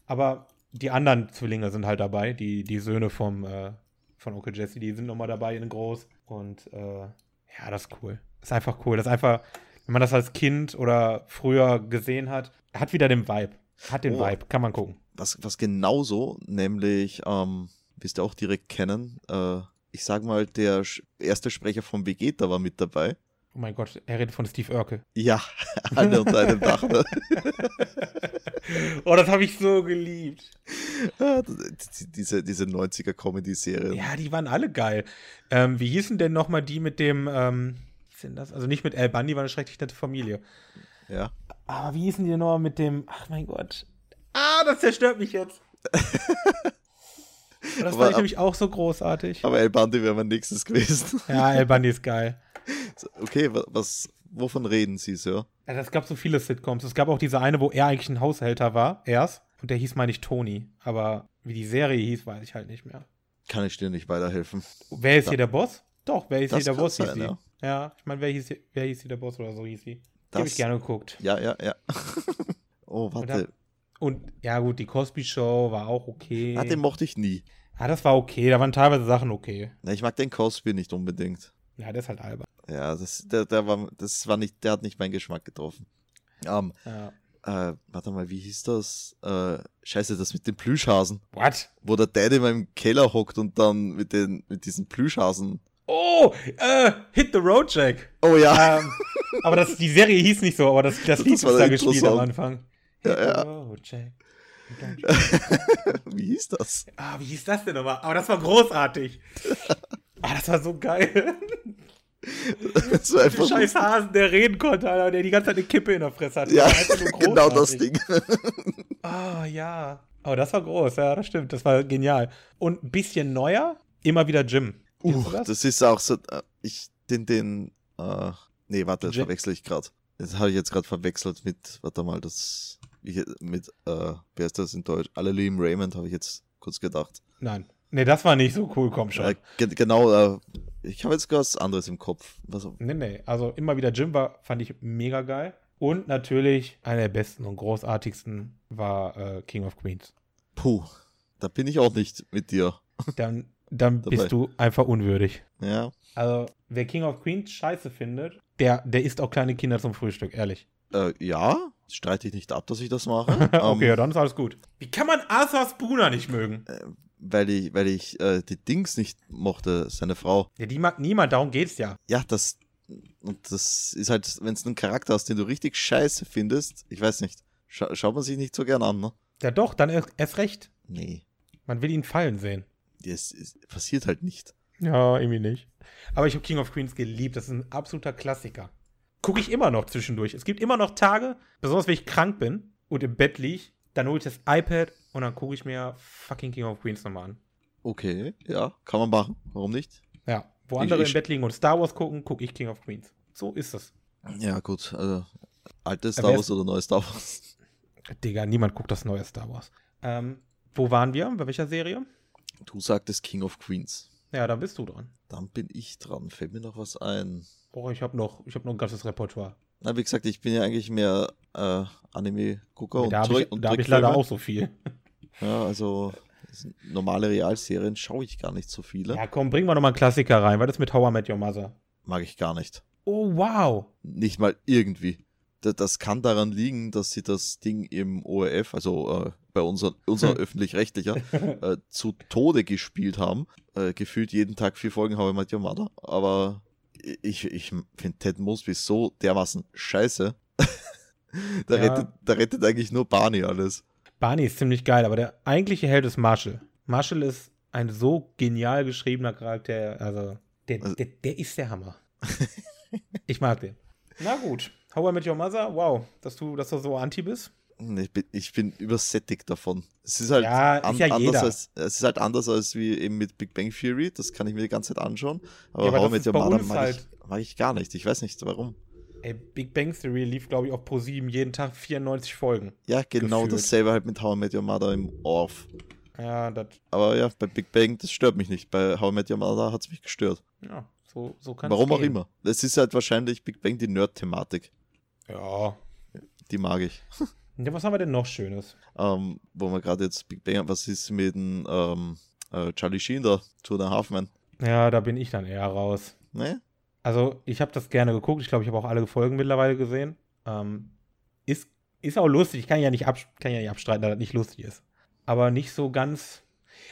[SPEAKER 2] Aber die anderen Zwillinge sind halt dabei. Die, die Söhne vom, äh, von Onkel Jesse, die sind nochmal dabei in groß. Und äh, ja, das ist cool. Ist einfach cool. Das ist einfach, wenn man das als Kind oder früher gesehen hat, hat wieder den Vibe. Hat den
[SPEAKER 1] Oh.
[SPEAKER 2] Vibe, kann man gucken.
[SPEAKER 1] Was, was genauso, nämlich, ähm, wirst du auch direkt kennen, äh, ich sag mal, der Sch- erste Sprecher von Vegeta war mit dabei.
[SPEAKER 2] Oh mein Gott, er redet von Steve Urkel.
[SPEAKER 1] Ja, alle unter einem Dach. Ne?
[SPEAKER 2] oh, das habe ich so geliebt.
[SPEAKER 1] Ah, die- diese diese 90er-Comedy-Serie.
[SPEAKER 2] Ja, die waren alle geil. Ähm, wie hießen denn nochmal die mit dem, ähm, wie hieß denn das? Also nicht mit El Bundy, war eine schrecklich nette Familie.
[SPEAKER 1] Ja.
[SPEAKER 2] Aber wie hießen die denn nochmal mit dem, ach mein Gott. Ah, das zerstört mich jetzt.
[SPEAKER 1] Aber
[SPEAKER 2] das fand ich
[SPEAKER 1] ab-
[SPEAKER 2] nämlich auch so großartig.
[SPEAKER 1] Aber El Bandi wäre mein nächstes gewesen.
[SPEAKER 2] Ja, El Bundy ist geil.
[SPEAKER 1] Okay, wa- was, wovon reden Sie, Sir?
[SPEAKER 2] Also, es gab so viele Sitcoms. Es gab auch diese eine, wo er eigentlich ein Haushälter war, erst. Und der hieß, meine ich, Tony. Aber wie die Serie hieß, weiß ich halt nicht mehr.
[SPEAKER 1] Kann ich dir nicht weiterhelfen?
[SPEAKER 2] Wer ist
[SPEAKER 1] Da-
[SPEAKER 2] hier der Boss? Doch, wer ist
[SPEAKER 1] Das
[SPEAKER 2] hier der
[SPEAKER 1] kann
[SPEAKER 2] Boss? Hieß
[SPEAKER 1] sein,
[SPEAKER 2] sie.
[SPEAKER 1] ja.
[SPEAKER 2] Ja. ich meine, wer hieß, hier- wer hieß hier der Boss oder so hieß sie. Die habe
[SPEAKER 1] Das-
[SPEAKER 2] ich gerne geguckt.
[SPEAKER 1] Ja, ja, ja. oh, warte.
[SPEAKER 2] Und ja, gut, die Cosby Show war auch okay.
[SPEAKER 1] Ah, den mochte ich nie.
[SPEAKER 2] Ja, das war okay. Da waren teilweise Sachen okay.
[SPEAKER 1] Na, ich mag den Cosby nicht unbedingt.
[SPEAKER 2] Ja, das ist halt albern.
[SPEAKER 1] Ja, das, der, der war, das war nicht, der hat nicht meinen Geschmack getroffen. Ähm,
[SPEAKER 2] Ja.
[SPEAKER 1] äh, warte mal, wie hieß das? Äh, scheiße, das mit den Plüschhasen.
[SPEAKER 2] What?
[SPEAKER 1] Wo der Dad in meinem Keller hockt und dann mit den, mit diesen Plüschhasen.
[SPEAKER 2] Oh, äh, Hit the Road Jack.
[SPEAKER 1] Oh ja,
[SPEAKER 2] ähm, aber das, die Serie hieß nicht so, aber das, das Lied
[SPEAKER 1] Das war
[SPEAKER 2] ist da
[SPEAKER 1] der
[SPEAKER 2] gespielt
[SPEAKER 1] Intro-Song.
[SPEAKER 2] am Anfang.
[SPEAKER 1] Ja,
[SPEAKER 2] Hit
[SPEAKER 1] ja.
[SPEAKER 2] the Road Jack.
[SPEAKER 1] wie hieß das?
[SPEAKER 2] Ah, wie hieß das denn nochmal? Aber das war großartig. Ah, das war so geil.
[SPEAKER 1] Das war
[SPEAKER 2] Der
[SPEAKER 1] einfach.
[SPEAKER 2] scheiß Hasen, der reden konnte, Alter, der die ganze Zeit eine Kippe in der Fresse hatte.
[SPEAKER 1] Ja,
[SPEAKER 2] Das war einfach nur
[SPEAKER 1] genau das
[SPEAKER 2] großartig.
[SPEAKER 1] Ding.
[SPEAKER 2] Ah, ja. Oh, das war groß, ja, das stimmt. Das war genial. Und ein bisschen neuer, immer wieder Jim. Kennst
[SPEAKER 1] Uh,
[SPEAKER 2] du
[SPEAKER 1] das ist auch so. äh, Ich, den, den, äh, nee, warte, das
[SPEAKER 2] Ja-
[SPEAKER 1] verwechsel ich gerade. Das habe ich jetzt gerade verwechselt mit, warte mal, das, ich, mit, äh, wer ist das in Deutsch? Alle lieben Raymond, habe ich jetzt kurz gedacht.
[SPEAKER 2] Nein. Nee, das war nicht so cool, komm schon.
[SPEAKER 1] Äh, ge genau, äh, ich habe jetzt was anderes im Kopf. Was,
[SPEAKER 2] Nee, nee. Also immer wieder Jim war, fand ich mega geil. Und natürlich einer der besten und großartigsten war äh, King of Queens.
[SPEAKER 1] puh, da bin ich auch nicht mit dir.
[SPEAKER 2] Dann, dann
[SPEAKER 1] Dabei.
[SPEAKER 2] bist du einfach unwürdig.
[SPEAKER 1] Ja,
[SPEAKER 2] Also, wer King of Queens scheiße findet, der, der isst auch kleine Kinder zum Frühstück, ehrlich.
[SPEAKER 1] äh, ja, streite ich nicht ab, dass ich das mache.
[SPEAKER 2] okay,
[SPEAKER 1] Ähm,
[SPEAKER 2] ja, dann ist alles gut. Wie kann man Arthur Spooner nicht mögen?
[SPEAKER 1] äh, Weil ich, weil ich äh, die Dings nicht mochte, seine Frau.
[SPEAKER 2] Ja, die mag niemand, darum geht's ja.
[SPEAKER 1] Ja, das, und das ist halt, wenn es einen Charakter hast, den du richtig scheiße findest, ich weiß nicht, scha schaut man sich nicht so gern an, ne?
[SPEAKER 2] Ja, doch, dann erst, erst recht.
[SPEAKER 1] Nee,
[SPEAKER 2] Man will ihn fallen sehen.
[SPEAKER 1] das ist, passiert halt nicht.
[SPEAKER 2] Ja, irgendwie nicht. Aber ich habe King of Queens geliebt. Das ist ein absoluter Klassiker. Gucke ich immer noch zwischendurch. Es gibt immer noch Tage, besonders wenn ich krank bin und im Bett lieg, dann hole ich das iPad und dann gucke ich mir fucking King of Queens nochmal an.
[SPEAKER 1] Okay, ja, kann man machen. Warum nicht?
[SPEAKER 2] Ja, wo andere
[SPEAKER 1] ich-
[SPEAKER 2] im Bett liegen und Star Wars gucken, gucke ich King of Queens. So ist das.
[SPEAKER 1] Ja, gut, also alte Star
[SPEAKER 2] wer
[SPEAKER 1] Wars
[SPEAKER 2] ist-
[SPEAKER 1] oder neue Star Wars?
[SPEAKER 2] Digga, niemand guckt das neue Star Wars. Ähm, wo waren wir? Bei welcher Serie?
[SPEAKER 1] Du sagtest King of Queens.
[SPEAKER 2] Ja, dann bist du dran.
[SPEAKER 1] Dann bin ich dran. Fällt mir noch was ein?
[SPEAKER 2] Oh, ich habe noch, ich hab noch ein ganzes Repertoire.
[SPEAKER 1] Na, wie gesagt, ich bin ja eigentlich mehr äh, Anime-Gucker und
[SPEAKER 2] da habe ich,
[SPEAKER 1] Zeug- und
[SPEAKER 2] da hab ich
[SPEAKER 1] Trickfilme.
[SPEAKER 2] leider auch so viel.
[SPEAKER 1] Ja, also s- normale Realserien schaue ich gar nicht so viele.
[SPEAKER 2] Ja, komm, bringen wir nochmal einen Klassiker rein. Was ist mit How I Met Your Mother?
[SPEAKER 1] Mag ich gar nicht.
[SPEAKER 2] Oh, wow.
[SPEAKER 1] Nicht mal irgendwie. Da- Das kann daran liegen, dass sie das Ding im ORF, also äh, bei unser, unser öffentlich-rechtlicher, äh, zu Tode gespielt haben. Äh, gefühlt jeden Tag vier Folgen habe ich mit Your Mother. Aber ich, ich finde Ted Mosby so dermaßen scheiße. da,
[SPEAKER 2] Ja.
[SPEAKER 1] rettet, da rettet eigentlich nur Barney alles.
[SPEAKER 2] Barney ist ziemlich geil, aber der eigentliche Held ist Marshall. Marshall ist ein so genial geschriebener Charakter, also der,
[SPEAKER 1] Also-
[SPEAKER 2] der, der ist der Hammer. ich mag den. Na gut, How I Met Your Mother, wow, dass du, dass du so anti bist.
[SPEAKER 1] Hm, Ich bin, ich bin übersättigt davon. Es ist halt,
[SPEAKER 2] Ja, ist
[SPEAKER 1] an-
[SPEAKER 2] ja
[SPEAKER 1] anders
[SPEAKER 2] jeder.
[SPEAKER 1] als es ist halt anders als wie eben mit Big Bang Theory. Das kann ich mir die ganze Zeit anschauen. Aber,
[SPEAKER 2] Ja, aber
[SPEAKER 1] How I
[SPEAKER 2] das
[SPEAKER 1] Met
[SPEAKER 2] ist
[SPEAKER 1] Your
[SPEAKER 2] bei
[SPEAKER 1] Mother
[SPEAKER 2] uns
[SPEAKER 1] mag,
[SPEAKER 2] halt-
[SPEAKER 1] ich, mag ich gar nicht. Ich weiß nicht warum.
[SPEAKER 2] Ey, Big Bang Theory lief, glaube ich, auf Pro 7 jeden Tag 94 Folgen.
[SPEAKER 1] Ja, genau
[SPEAKER 2] Gefühlt.
[SPEAKER 1] dasselbe halt mit How I Met Your Mother im Orf.
[SPEAKER 2] Ja, das,
[SPEAKER 1] Aber ja, bei Big Bang, das stört mich nicht. Bei How I Met Your Mother hat es mich gestört.
[SPEAKER 2] ja, so, so kann
[SPEAKER 1] warum
[SPEAKER 2] es
[SPEAKER 1] auch
[SPEAKER 2] gehen.
[SPEAKER 1] immer. Es ist halt wahrscheinlich Big Bang die Nerd-Thematik.
[SPEAKER 2] Ja.
[SPEAKER 1] Die mag ich.
[SPEAKER 2] ja. Was haben wir denn noch Schönes?
[SPEAKER 1] Ähm, wo man gerade jetzt Big Bang, was ist mit dem, ähm, äh, Charlie Sheen da? Two and a Half Men.
[SPEAKER 2] Ja, da bin ich dann eher raus.
[SPEAKER 1] Ne?
[SPEAKER 2] Also, ich habe das gerne geguckt. Ich glaube, ich habe auch alle Folgen mittlerweile gesehen. Ähm, ist, ist auch lustig. Ich kann ja nicht, abs- kann ja nicht abstreiten, dass das nicht lustig ist. Aber nicht so ganz.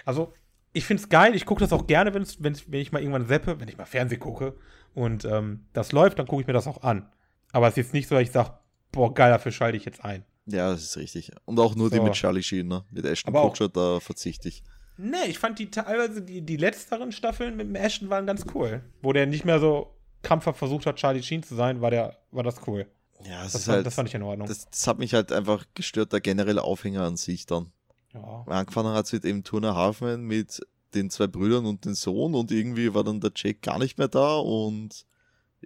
[SPEAKER 2] Also, ich find's geil. Ich gucke das auch gerne, wenn's, wenn's, wenn ich mal irgendwann seppe, wenn ich mal Fernsehen gucke und ähm, das läuft, dann gucke ich mir das auch an. Aber es ist jetzt nicht so, dass ich sage, boah, geil, dafür schalte ich jetzt ein.
[SPEAKER 1] Ja, das ist richtig. Und auch nur die
[SPEAKER 2] So.
[SPEAKER 1] mit Charlie Sheen, ne? Mit Ashton
[SPEAKER 2] Aber auch-
[SPEAKER 1] Kutcher, da verzichte ich.
[SPEAKER 2] Nee, ich fand die teilweise, die, die letzteren Staffeln mit dem Ashton waren ganz cool. Wo der nicht mehr so krampfhaft versucht hat, Charlie Sheen zu sein, war, der, war das cool.
[SPEAKER 1] Ja, das,
[SPEAKER 2] Das,
[SPEAKER 1] ist
[SPEAKER 2] fand,
[SPEAKER 1] halt,
[SPEAKER 2] das
[SPEAKER 1] das,
[SPEAKER 2] fand ich in Ordnung.
[SPEAKER 1] das, hat mich halt einfach gestört, der generelle Aufhänger an sich dann.
[SPEAKER 2] ja.
[SPEAKER 1] Angefangen hat es mit eben Turner Halfman mit den zwei Brüdern und den Sohn und irgendwie war dann der Jake gar nicht mehr da und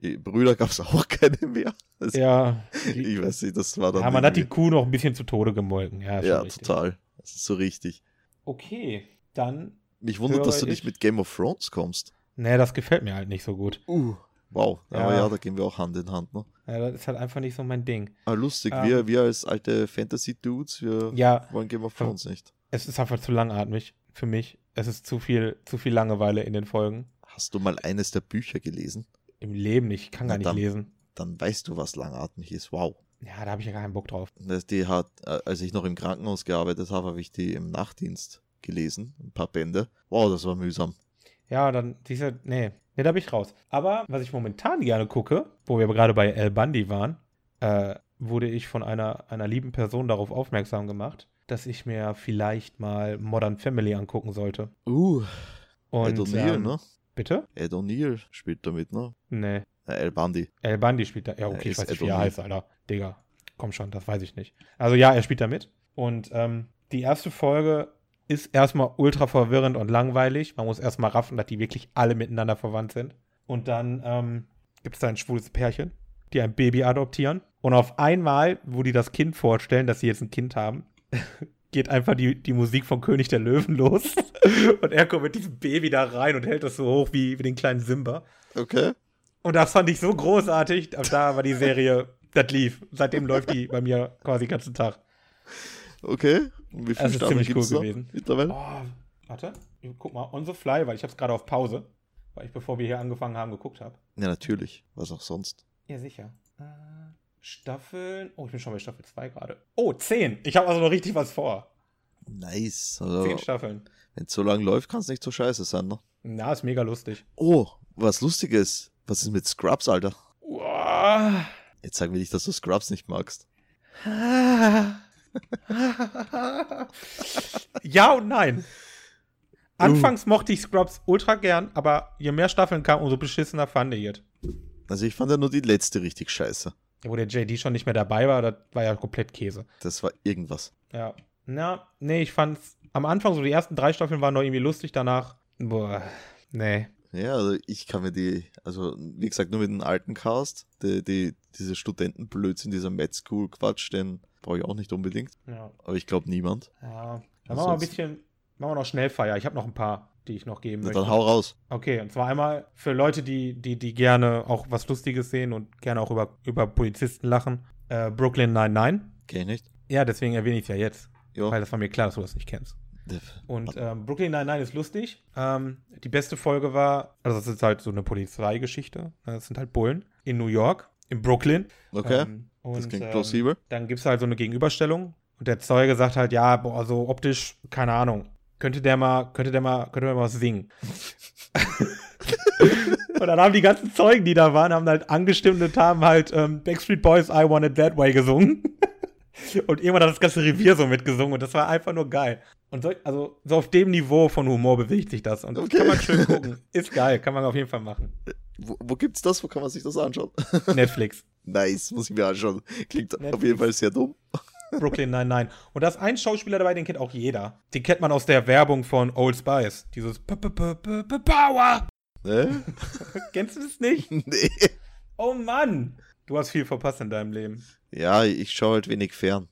[SPEAKER 1] äh, Brüder gab es auch keine mehr. Das,
[SPEAKER 2] Ja, die,
[SPEAKER 1] Ich weiß nicht, das war dann.
[SPEAKER 2] ja, man hat die
[SPEAKER 1] irgendwie-
[SPEAKER 2] Kuh noch ein bisschen zu Tode gemolken. Ja, schon
[SPEAKER 1] ja
[SPEAKER 2] richtig.
[SPEAKER 1] total. Das ist so richtig.
[SPEAKER 2] Okay, dann.
[SPEAKER 1] Mich wundert,
[SPEAKER 2] Höre
[SPEAKER 1] dass du nicht
[SPEAKER 2] ich-
[SPEAKER 1] mit Game of Thrones kommst.
[SPEAKER 2] Nee, das gefällt mir halt nicht so gut.
[SPEAKER 1] Uh. Wow, aber
[SPEAKER 2] Ja.
[SPEAKER 1] ja, da gehen wir auch Hand in Hand, ne?
[SPEAKER 2] Ja, das ist halt einfach nicht so mein Ding.
[SPEAKER 1] Ah, lustig,
[SPEAKER 2] Ähm.
[SPEAKER 1] wir, wir als alte Fantasy-Dudes, wir
[SPEAKER 2] Ja,
[SPEAKER 1] wollen Game of
[SPEAKER 2] Ver-
[SPEAKER 1] Thrones nicht.
[SPEAKER 2] es ist einfach zu langatmig für mich. Es ist zu viel, zu viel Langeweile in den Folgen.
[SPEAKER 1] Hast du mal eines der Bücher gelesen?
[SPEAKER 2] Im Leben, ich kann
[SPEAKER 1] Na
[SPEAKER 2] gar nicht
[SPEAKER 1] dann.
[SPEAKER 2] lesen.
[SPEAKER 1] Dann weißt du, was langatmig ist. Wow.
[SPEAKER 2] Ja, da habe ich ja gar keinen Bock drauf.
[SPEAKER 1] Das- Die hat, äh, als ich noch im Krankenhaus gearbeitet habe, habe ich die im Nachtdienst gelesen. Ein paar Bände. Wow, das war mühsam.
[SPEAKER 2] Ja, dann, diese, nee, nee, da bin ich raus. Aber was ich momentan gerne gucke, wo wir aber gerade bei El Bundy waren, äh, wurde ich von einer, einer lieben Person darauf aufmerksam gemacht, dass ich mir vielleicht mal Modern Family angucken sollte.
[SPEAKER 1] Uh, Ed
[SPEAKER 2] Und,
[SPEAKER 1] O'Neill,
[SPEAKER 2] ähm,
[SPEAKER 1] ne?
[SPEAKER 2] Bitte?
[SPEAKER 1] Ed O'Neill spielt damit, ne?
[SPEAKER 2] Nee.
[SPEAKER 1] Äh, El Bundy.
[SPEAKER 2] El Bundy spielt da. Ja,
[SPEAKER 1] Ja,
[SPEAKER 2] okay,
[SPEAKER 1] ist
[SPEAKER 2] ich weiß nicht,
[SPEAKER 1] Ed
[SPEAKER 2] wie er
[SPEAKER 1] O'Neill.
[SPEAKER 2] heißt, Alter. Digga. Komm schon, das weiß ich nicht. Also ja, er spielt da mit. Und ähm, die erste Folge ist erstmal ultra verwirrend und langweilig. Man muss erstmal raffen, dass die wirklich alle miteinander verwandt sind. Und dann ähm, gibt es da ein schwules Pärchen, die ein Baby adoptieren. Und auf einmal, wo die das Kind vorstellen, dass sie jetzt ein Kind haben, geht einfach die, die Musik von König der Löwen los. und er kommt mit diesem Baby da rein und hält das so hoch wie, wie den kleinen Simba.
[SPEAKER 1] Okay.
[SPEAKER 2] Und das fand ich so großartig. Ab da war die Serie, das lief. Seitdem läuft die bei mir quasi den ganzen Tag.
[SPEAKER 1] Okay. Und wie
[SPEAKER 2] Das
[SPEAKER 1] viele
[SPEAKER 2] ist
[SPEAKER 1] Staffeln
[SPEAKER 2] ziemlich cool
[SPEAKER 1] gibt's da
[SPEAKER 2] gewesen.
[SPEAKER 1] mittlerweile?
[SPEAKER 2] Oh, warte, guck mal, on the fly, weil ich habe es gerade auf Pause, weil ich bevor wir hier angefangen haben geguckt habe.
[SPEAKER 1] Ja, natürlich. Was auch sonst.
[SPEAKER 2] Ja, sicher. Äh, Staffeln. Oh, ich bin schon bei Staffel 2 gerade. Oh, 10. Ich habe also noch richtig was vor.
[SPEAKER 1] Nice.
[SPEAKER 2] 10
[SPEAKER 1] Also,
[SPEAKER 2] Staffeln.
[SPEAKER 1] wenn es so lang läuft, kann es nicht so scheiße sein, ne?
[SPEAKER 2] Na, ist mega lustig.
[SPEAKER 1] Oh, was Lustiges. Was ist mit Scrubs, Alter?
[SPEAKER 2] Uah.
[SPEAKER 1] Jetzt sag mir nicht, dass du Scrubs nicht magst.
[SPEAKER 2] ja und nein. Anfangs mochte ich Scrubs ultra gern, aber je mehr Staffeln kamen, umso beschissener fand ich es.
[SPEAKER 1] Also ich fand ja nur die letzte richtig scheiße.
[SPEAKER 2] Wo der JD schon nicht mehr dabei war, das war ja komplett Käse.
[SPEAKER 1] Das war irgendwas.
[SPEAKER 2] Ja. Na, nee, ich fand's am Anfang so die ersten drei Staffeln waren noch irgendwie lustig, danach boah, nee.
[SPEAKER 1] Ja, also ich kann mir die, also wie gesagt, nur mit dem alten Cast, die, die, diese Studentenblödsinn, dieser Med School Quatsch, den brauche ich auch nicht unbedingt.
[SPEAKER 2] Ja.
[SPEAKER 1] Aber ich glaube niemand.
[SPEAKER 2] ja. Dann machen wir ein
[SPEAKER 1] Ansonsten-
[SPEAKER 2] bisschen machen wir noch Schnellfeier. Ich habe noch ein paar, die ich noch geben
[SPEAKER 1] Na,
[SPEAKER 2] möchte.
[SPEAKER 1] dann hau raus.
[SPEAKER 2] Okay, und zwar einmal für Leute, die die die gerne auch was lustiges sehen und gerne auch über über Polizisten lachen. Äh, Brooklyn 99.
[SPEAKER 1] Kenn ich nicht.
[SPEAKER 2] Ja, deswegen erwähne ich es ja jetzt, weil
[SPEAKER 1] Ja.
[SPEAKER 2] das war mir klar, dass du das nicht kennst. Und ähm, Brooklyn Nine-Nine ist lustig. Ähm, die beste Folge war, also das ist halt so eine Polizeigeschichte. ne, Das sind halt Bullen in New York, in Brooklyn.
[SPEAKER 1] Okay.
[SPEAKER 2] Ähm, und,
[SPEAKER 1] das klingt
[SPEAKER 2] ähm,
[SPEAKER 1] plausibel.
[SPEAKER 2] Dann gibt es halt so eine Gegenüberstellung und der Zeuge sagt halt, ja, boah, so optisch, keine Ahnung. Könnte der mal, könnte der mal, könnte der mal was singen. und dann haben die ganzen Zeugen, die da waren, haben halt angestimmt und haben halt ähm, Backstreet Boys I Want It That Way gesungen. und irgendwann hat das ganze Revier so mitgesungen und das war einfach nur geil. Und so, also so auf dem Niveau von Humor bewegt sich das und das
[SPEAKER 1] Okay.
[SPEAKER 2] kann man schön gucken. Ist geil, kann man auf jeden Fall machen.
[SPEAKER 1] Wo, wo gibt's das? Wo kann man sich das anschauen?
[SPEAKER 2] Netflix.
[SPEAKER 1] nice, muss ich mir anschauen. Klingt auf
[SPEAKER 2] Netflix.
[SPEAKER 1] jeden Fall sehr dumm.
[SPEAKER 2] Brooklyn 99. Und da ist ein Schauspieler dabei, den kennt auch jeder. Den kennt man aus der Werbung von Old Spice. Dieses P -p -p -p -p Power.
[SPEAKER 1] Ne?
[SPEAKER 2] Kennst du das nicht?
[SPEAKER 1] nee.
[SPEAKER 2] Oh Mann. Du hast viel verpasst in deinem Leben.
[SPEAKER 1] Ja, ich schaue halt wenig fern.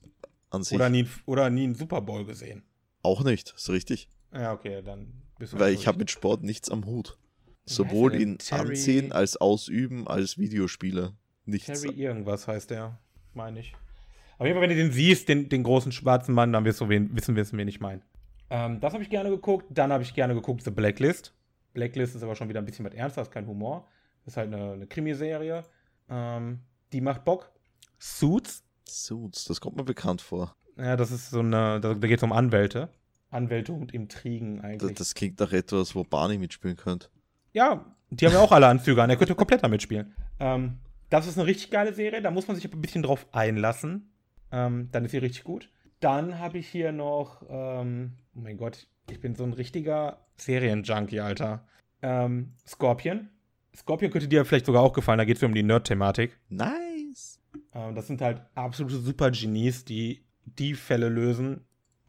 [SPEAKER 1] An sich
[SPEAKER 2] Oder nie, oder nie einen Super Bowl gesehen.
[SPEAKER 1] auch nicht, ist richtig.
[SPEAKER 2] Ja, okay, dann bist
[SPEAKER 1] Weil ich
[SPEAKER 2] durch.
[SPEAKER 1] habe mit Sport nichts am Hut.
[SPEAKER 2] Wie
[SPEAKER 1] Sowohl
[SPEAKER 2] heißt der
[SPEAKER 1] ihn
[SPEAKER 2] denn? Terry-
[SPEAKER 1] anziehen, als ausüben, als Videospiele. Nichts.
[SPEAKER 2] Terry irgendwas heißt der, meine ich. Auf jeden Fall, wenn du den siehst, den, den großen schwarzen Mann, dann wirst du wen, wissen, wissen, wen ich meine. Ähm, das habe ich gerne geguckt. Dann habe ich gerne geguckt The Blacklist. Blacklist ist aber schon wieder ein bisschen was ernster, ist kein Humor. Ist halt eine, eine Krimiserie. Ähm, die macht Bock. Suits.
[SPEAKER 1] Suits, das kommt mir bekannt vor.
[SPEAKER 2] Ja, das ist so eine, da, da geht es um Anwälte. Anwälte und Intrigen eigentlich.
[SPEAKER 1] Das, das klingt nach etwas, wo Barney mitspielen könnte.
[SPEAKER 2] Ja, die haben ja auch alle Anzüge an. Er könnte komplett damit spielen. Ähm, das ist eine richtig geile Serie. Da muss man sich aber ein bisschen drauf einlassen. Ähm, dann ist sie richtig gut. Dann habe ich hier noch. Ähm, oh mein Gott, ich bin so ein richtiger Serienjunkie, Alter. Ähm, Scorpion. Scorpion könnte dir vielleicht sogar auch gefallen. Da geht es um die Nerd-Thematik.
[SPEAKER 1] Nice.
[SPEAKER 2] Ähm, das sind halt absolute Super-Genies, die die Fälle lösen,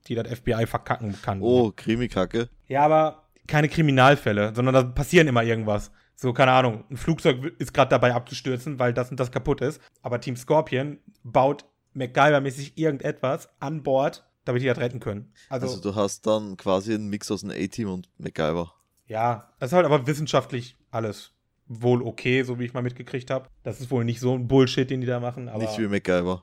[SPEAKER 2] die das FBI verkacken kann.
[SPEAKER 1] Oh, Krimikacke.
[SPEAKER 2] Ja, aber keine Kriminalfälle, sondern da passieren immer irgendwas. So, keine Ahnung, ein Flugzeug w- ist gerade dabei abzustürzen, weil das und das kaputt ist. Aber Team Scorpion baut MacGyver-mäßig irgendetwas an Bord, damit die das retten können. Also,
[SPEAKER 1] Also du hast dann quasi einen Mix aus einem A-Team und MacGyver.
[SPEAKER 2] ja, das ist halt aber wissenschaftlich alles wohl okay, so wie ich mal mitgekriegt habe. Das ist wohl nicht so ein Bullshit, den die da machen. Aber
[SPEAKER 1] Nicht wie MacGyver.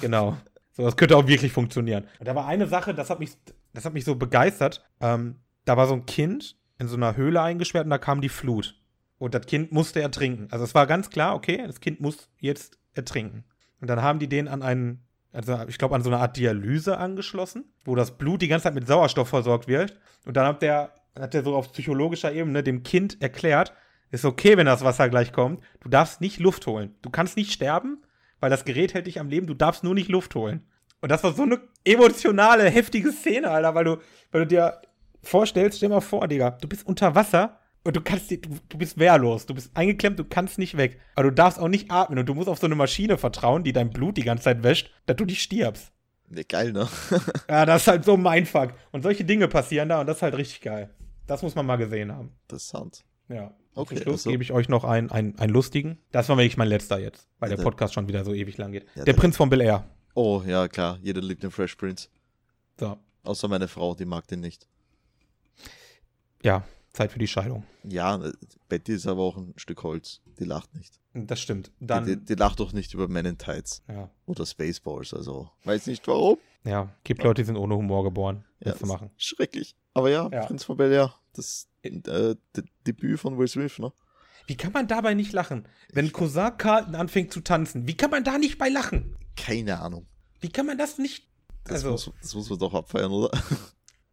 [SPEAKER 2] Genau. So, das könnte auch wirklich funktionieren. Und da war eine Sache, das hat mich, das hat mich so begeistert. Ähm, da war so ein Kind in so einer Höhle eingesperrt und da kam die Flut. Und das Kind musste ertrinken. Also es war ganz klar, okay, das Kind muss jetzt ertrinken. Und dann haben die den an einen, also ich glaube an so eine Art Dialyse angeschlossen, wo das Blut die ganze Zeit mit Sauerstoff versorgt wird. Und dann hat der, hat der so auf psychologischer Ebene ne, dem Kind erklärt, ist okay, wenn das Wasser gleich kommt. Du darfst nicht Luft holen. Du kannst nicht sterben, weil das Gerät hält dich am Leben, du darfst nur nicht Luft holen. Und das war so eine emotionale, heftige Szene, Alter, weil du, weil du dir vorstellst, stell mal vor, Digga, du bist unter Wasser und du kannst die- du, du bist wehrlos, du bist eingeklemmt, du kannst nicht weg. Aber du darfst auch nicht atmen und du musst auf so eine Maschine vertrauen, die dein Blut die ganze Zeit wäscht, dass du nicht stirbst.
[SPEAKER 1] Ne, geil, ne?
[SPEAKER 2] Ja, das ist halt so mein Fuck. Und solche Dinge passieren da und das ist halt richtig geil. Das muss man mal gesehen haben.
[SPEAKER 1] Interessant.
[SPEAKER 2] Ja. Und
[SPEAKER 1] Okay,
[SPEAKER 2] zum Schluss
[SPEAKER 1] also-
[SPEAKER 2] gebe ich euch noch einen, einen, einen lustigen. Das war wirklich mein letzter jetzt, weil
[SPEAKER 1] Ja,
[SPEAKER 2] der
[SPEAKER 1] dann-
[SPEAKER 2] Podcast schon wieder so ewig lang geht.
[SPEAKER 1] Ja,
[SPEAKER 2] der
[SPEAKER 1] dann-
[SPEAKER 2] Prinz von Bel Air.
[SPEAKER 1] Oh, ja, klar. Jeder liebt den Fresh Prince.
[SPEAKER 2] So,
[SPEAKER 1] Außer meine Frau, die mag den nicht.
[SPEAKER 2] ja, Zeit für die Scheidung.
[SPEAKER 1] Ja, äh, Betty ist aber auch ein Stück Holz. Die lacht nicht.
[SPEAKER 2] Das stimmt.
[SPEAKER 1] Die, die,
[SPEAKER 2] Dann,
[SPEAKER 1] die lacht doch nicht über Men in Tights
[SPEAKER 2] ja,
[SPEAKER 1] oder Spaceballs. Also, weiß nicht warum.
[SPEAKER 2] ja, gibt Leute, die sind ohne Humor geboren.
[SPEAKER 1] Ja,
[SPEAKER 2] Ja, zu machen.
[SPEAKER 1] Schrecklich. Aber ja,
[SPEAKER 2] Ja.
[SPEAKER 1] Prinz von Bel Air. Das äh, D Debüt von Will Smith, ne?
[SPEAKER 2] Wie kann man dabei nicht lachen? Wenn Cousin Carlton anfängt zu tanzen, wie kann man da nicht bei lachen?
[SPEAKER 1] Keine Ahnung.
[SPEAKER 2] Wie kann man das nicht?
[SPEAKER 1] Das,
[SPEAKER 2] Also-
[SPEAKER 1] muss, das muss man doch abfeiern, oder?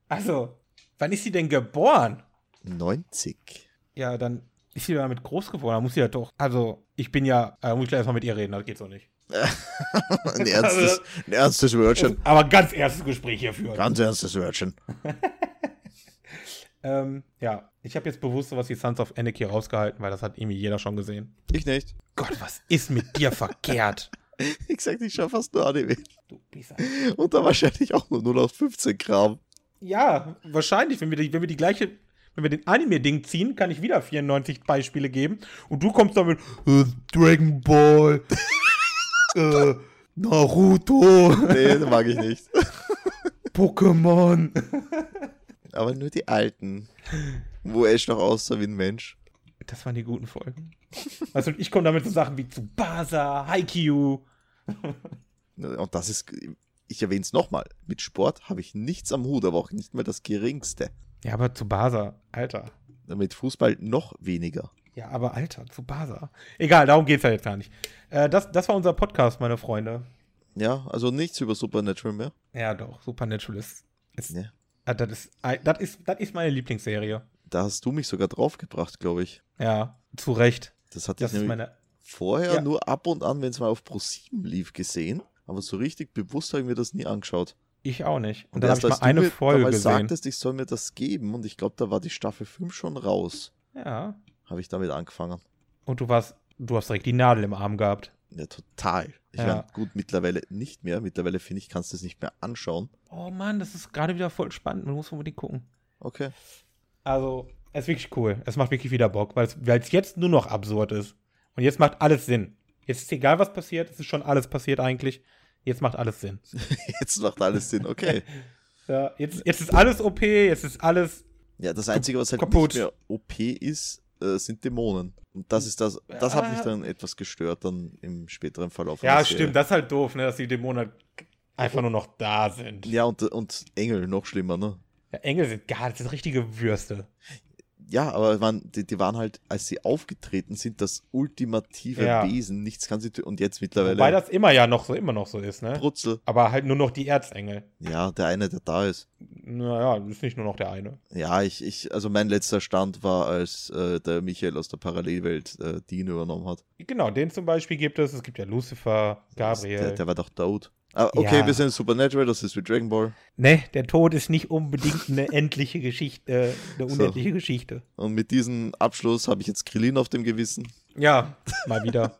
[SPEAKER 2] Also, wann ist sie denn geboren?
[SPEAKER 1] 90.
[SPEAKER 2] Ja, dann ist sie damit groß geworden. Da muss sie ja doch. Also, ich bin ja. Äh, muss ich gleich erstmal mit ihr reden, das geht so nicht.
[SPEAKER 1] Ein
[SPEAKER 2] Also
[SPEAKER 1] ernstes, ein ernstes Wörtchen.
[SPEAKER 2] Aber ganz erstes Gespräch hier führen.
[SPEAKER 1] Ganz ernstes Wörtchen.
[SPEAKER 2] Ähm, ja, ich habe jetzt bewusst sowas wie Sons of Anarchy rausgehalten, weil das hat irgendwie jeder schon gesehen.
[SPEAKER 1] Ich nicht.
[SPEAKER 2] Gott, was ist mit dir verkehrt?
[SPEAKER 1] Ich sag, ich schau fast nur Anime.
[SPEAKER 2] Du Pisser.
[SPEAKER 1] Und da wahrscheinlich auch nur 0815 Kram.
[SPEAKER 2] Ja, wahrscheinlich, wenn wir, die, wenn wir die gleiche, wenn wir den Anime-Ding ziehen, kann ich wieder 94 Beispiele geben und du kommst damit äh, Dragon Ball, äh, Naruto,
[SPEAKER 1] Nee, das mag ich nicht.
[SPEAKER 2] Pokémon.
[SPEAKER 1] Aber nur die alten. Wo Ash noch aussah wie ein Mensch.
[SPEAKER 2] Das waren die guten Folgen. Weißt du, und ich komme damit zu Sachen wie Tsubasa, Haikyuu.
[SPEAKER 1] Und das ist, ich erwähne es nochmal, mit Sport habe ich nichts am Hut, aber auch nicht mehr das geringste.
[SPEAKER 2] Ja, aber Tsubasa, Alter.
[SPEAKER 1] Mit Fußball noch weniger.
[SPEAKER 2] Ja, aber Alter, Tsubasa. Egal, darum geht's ja jetzt gar nicht. Äh, das, das war unser Podcast, meine Freunde.
[SPEAKER 1] Ja, also nichts über Supernatural mehr.
[SPEAKER 2] Ja, doch, Supernatural ist. ist
[SPEAKER 1] Ja.
[SPEAKER 2] Ah, das, ist, ah, das, ist, das ist meine Lieblingsserie.
[SPEAKER 1] Da hast du mich sogar draufgebracht, glaube ich.
[SPEAKER 2] Ja, zu Recht.
[SPEAKER 1] Das hatte
[SPEAKER 2] Das
[SPEAKER 1] ich
[SPEAKER 2] ist
[SPEAKER 1] nämlich
[SPEAKER 2] meine.
[SPEAKER 1] vorher
[SPEAKER 2] Ja.
[SPEAKER 1] nur ab und an, wenn es mal auf ProSieben lief, gesehen. Aber so richtig bewusst habe ich mir das nie angeschaut.
[SPEAKER 2] Ich auch nicht. Und dann habe
[SPEAKER 1] erst
[SPEAKER 2] ich mal
[SPEAKER 1] als du
[SPEAKER 2] eine
[SPEAKER 1] mir
[SPEAKER 2] Folge
[SPEAKER 1] damals
[SPEAKER 2] gesehen.
[SPEAKER 1] sagtest, ich soll mir das geben und ich glaube, da war die Staffel 5 schon raus,
[SPEAKER 2] ja.
[SPEAKER 1] habe ich damit angefangen.
[SPEAKER 2] Und du warst. Du hast direkt die Nadel im Arm gehabt.
[SPEAKER 1] Ja, total. Ich
[SPEAKER 2] Ja.
[SPEAKER 1] meine, gut, mittlerweile nicht mehr. Mittlerweile finde ich, kannst du es nicht mehr anschauen.
[SPEAKER 2] Oh Mann, das ist gerade wieder voll spannend. Man muss unbedingt gucken.
[SPEAKER 1] Okay.
[SPEAKER 2] Also, es ist wirklich cool. Es macht wirklich wieder Bock, weil es weil es jetzt nur noch absurd ist. Und jetzt macht alles Sinn. Jetzt ist egal, was passiert. Es ist schon alles passiert eigentlich. Jetzt macht alles Sinn.
[SPEAKER 1] Jetzt macht alles Sinn. Okay.
[SPEAKER 2] Ja, jetzt, jetzt ist alles OP, jetzt ist alles.
[SPEAKER 1] Ja, das Einzige, was halt
[SPEAKER 2] Kaputt.
[SPEAKER 1] nicht mehr OP ist, äh, sind Dämonen. Und das ist das, das hat mich
[SPEAKER 2] Ja.
[SPEAKER 1] dann etwas gestört dann im späteren Verlauf. von
[SPEAKER 2] Ja,
[SPEAKER 1] der Serie.
[SPEAKER 2] stimmt, das ist halt doof, ne, dass die Dämonen einfach nur noch da sind. Ja.
[SPEAKER 1] Ja, und, und Engel, noch schlimmer, ne?
[SPEAKER 2] Engel sind gar, das sind richtige Würste.
[SPEAKER 1] Ja, aber waren, die, die waren halt, als sie aufgetreten sind, das ultimative
[SPEAKER 2] Ja.
[SPEAKER 1] Wesen. Nichts kann sie tun. Und jetzt mittlerweile
[SPEAKER 2] Wobei das immer ja noch so, immer noch so ist, ne?
[SPEAKER 1] Brutzel.
[SPEAKER 2] Aber halt nur noch die Erzengel.
[SPEAKER 1] Ja, der eine, der da ist.
[SPEAKER 2] Naja, das ist nicht nur noch der eine.
[SPEAKER 1] Ja, ich, ich, also mein letzter Stand war, als äh, der Michael aus der Parallelwelt äh, Dean übernommen hat.
[SPEAKER 2] Genau, den zum Beispiel gibt es. Es gibt ja Lucifer,
[SPEAKER 1] Der,
[SPEAKER 2] Gabriel.
[SPEAKER 1] der war doch tot. Ah, okay,
[SPEAKER 2] Ja.
[SPEAKER 1] wir sind Supernatural, das ist wie Dragon Ball.
[SPEAKER 2] ne, der Tod ist nicht unbedingt eine endliche Geschichte, äh, eine
[SPEAKER 1] So.
[SPEAKER 2] unendliche Geschichte.
[SPEAKER 1] Und mit diesem Abschluss habe ich jetzt Krillin auf dem Gewissen.
[SPEAKER 2] Ja, mal wieder.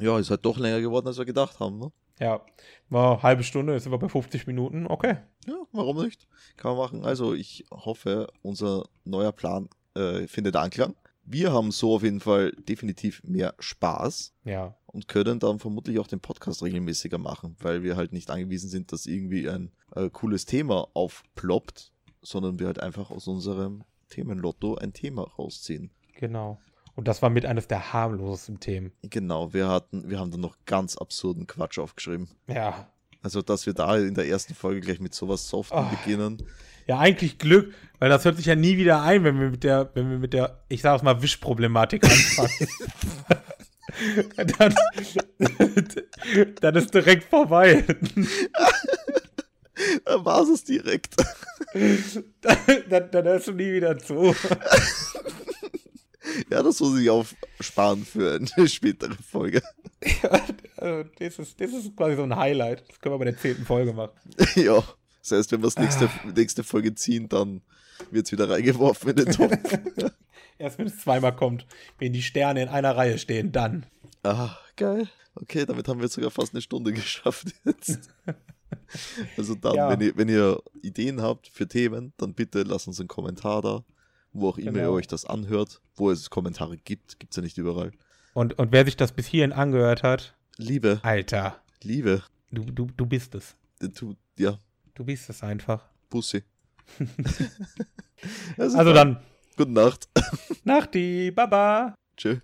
[SPEAKER 1] Ja, ist halt doch länger geworden, als wir gedacht haben. Ne?
[SPEAKER 2] ja. Mal halbe Stunde, jetzt sind wir bei 50 Minuten. Okay.
[SPEAKER 1] Ja, warum nicht? Kann man machen. Also, ich hoffe, unser neuer Plan äh, findet Anklang. Wir haben so auf jeden Fall definitiv mehr Spaß
[SPEAKER 2] Ja.
[SPEAKER 1] und können dann vermutlich auch den Podcast regelmäßiger machen, weil wir halt nicht angewiesen sind, dass irgendwie ein äh, cooles Thema aufploppt, sondern wir halt einfach aus unserem Themenlotto ein Thema rausziehen.
[SPEAKER 2] Genau. Und das war mit eines der harmlosesten Themen.
[SPEAKER 1] Genau, wir hatten, wir haben dann noch ganz absurden Quatsch aufgeschrieben.
[SPEAKER 2] Ja.
[SPEAKER 1] Also, dass wir da in der ersten Folge gleich mit sowas Soften
[SPEAKER 2] Ah.
[SPEAKER 1] beginnen.
[SPEAKER 2] Ja, eigentlich Glück, weil das hört sich ja nie wieder ein, wenn wir mit der, wenn wir mit der, ich sag's mal, Wischproblematik anfangen. dann, dann ist direkt vorbei.
[SPEAKER 1] Da war es direkt.
[SPEAKER 2] dann, dann, dann hörst du nie wieder zu.
[SPEAKER 1] Ja, das muss ich aufsparen für eine spätere Folge.
[SPEAKER 2] also, das, ist, das ist quasi so ein Highlight. Das können wir bei der zehnten Folge machen.
[SPEAKER 1] ja. Das heißt, wenn wir es nächste, nächste Folge ziehen, dann wird es wieder reingeworfen in den Topf.
[SPEAKER 2] Erst wenn es zweimal kommt, wenn die Sterne in einer Reihe stehen, dann.
[SPEAKER 1] ah, geil. Okay, damit haben wir jetzt sogar fast eine Stunde geschafft jetzt. Also dann,
[SPEAKER 2] Ja.
[SPEAKER 1] wenn, ihr, wenn ihr Ideen habt für Themen, dann bitte lasst uns einen Kommentar da wo auch immer
[SPEAKER 2] Genau.
[SPEAKER 1] ihr euch das anhört, wo es Kommentare gibt, gibt's ja nicht überall.
[SPEAKER 2] Und, und wer sich das bis hierhin angehört hat,
[SPEAKER 1] Liebe,
[SPEAKER 2] Alter,
[SPEAKER 1] Liebe,
[SPEAKER 2] du, du, du bist es.
[SPEAKER 1] du, ja,
[SPEAKER 2] Du bist es einfach.
[SPEAKER 1] Pussy. Das ist
[SPEAKER 2] Also
[SPEAKER 1] wahr.
[SPEAKER 2] dann,
[SPEAKER 1] Gute Nacht.
[SPEAKER 2] Nachti, Baba.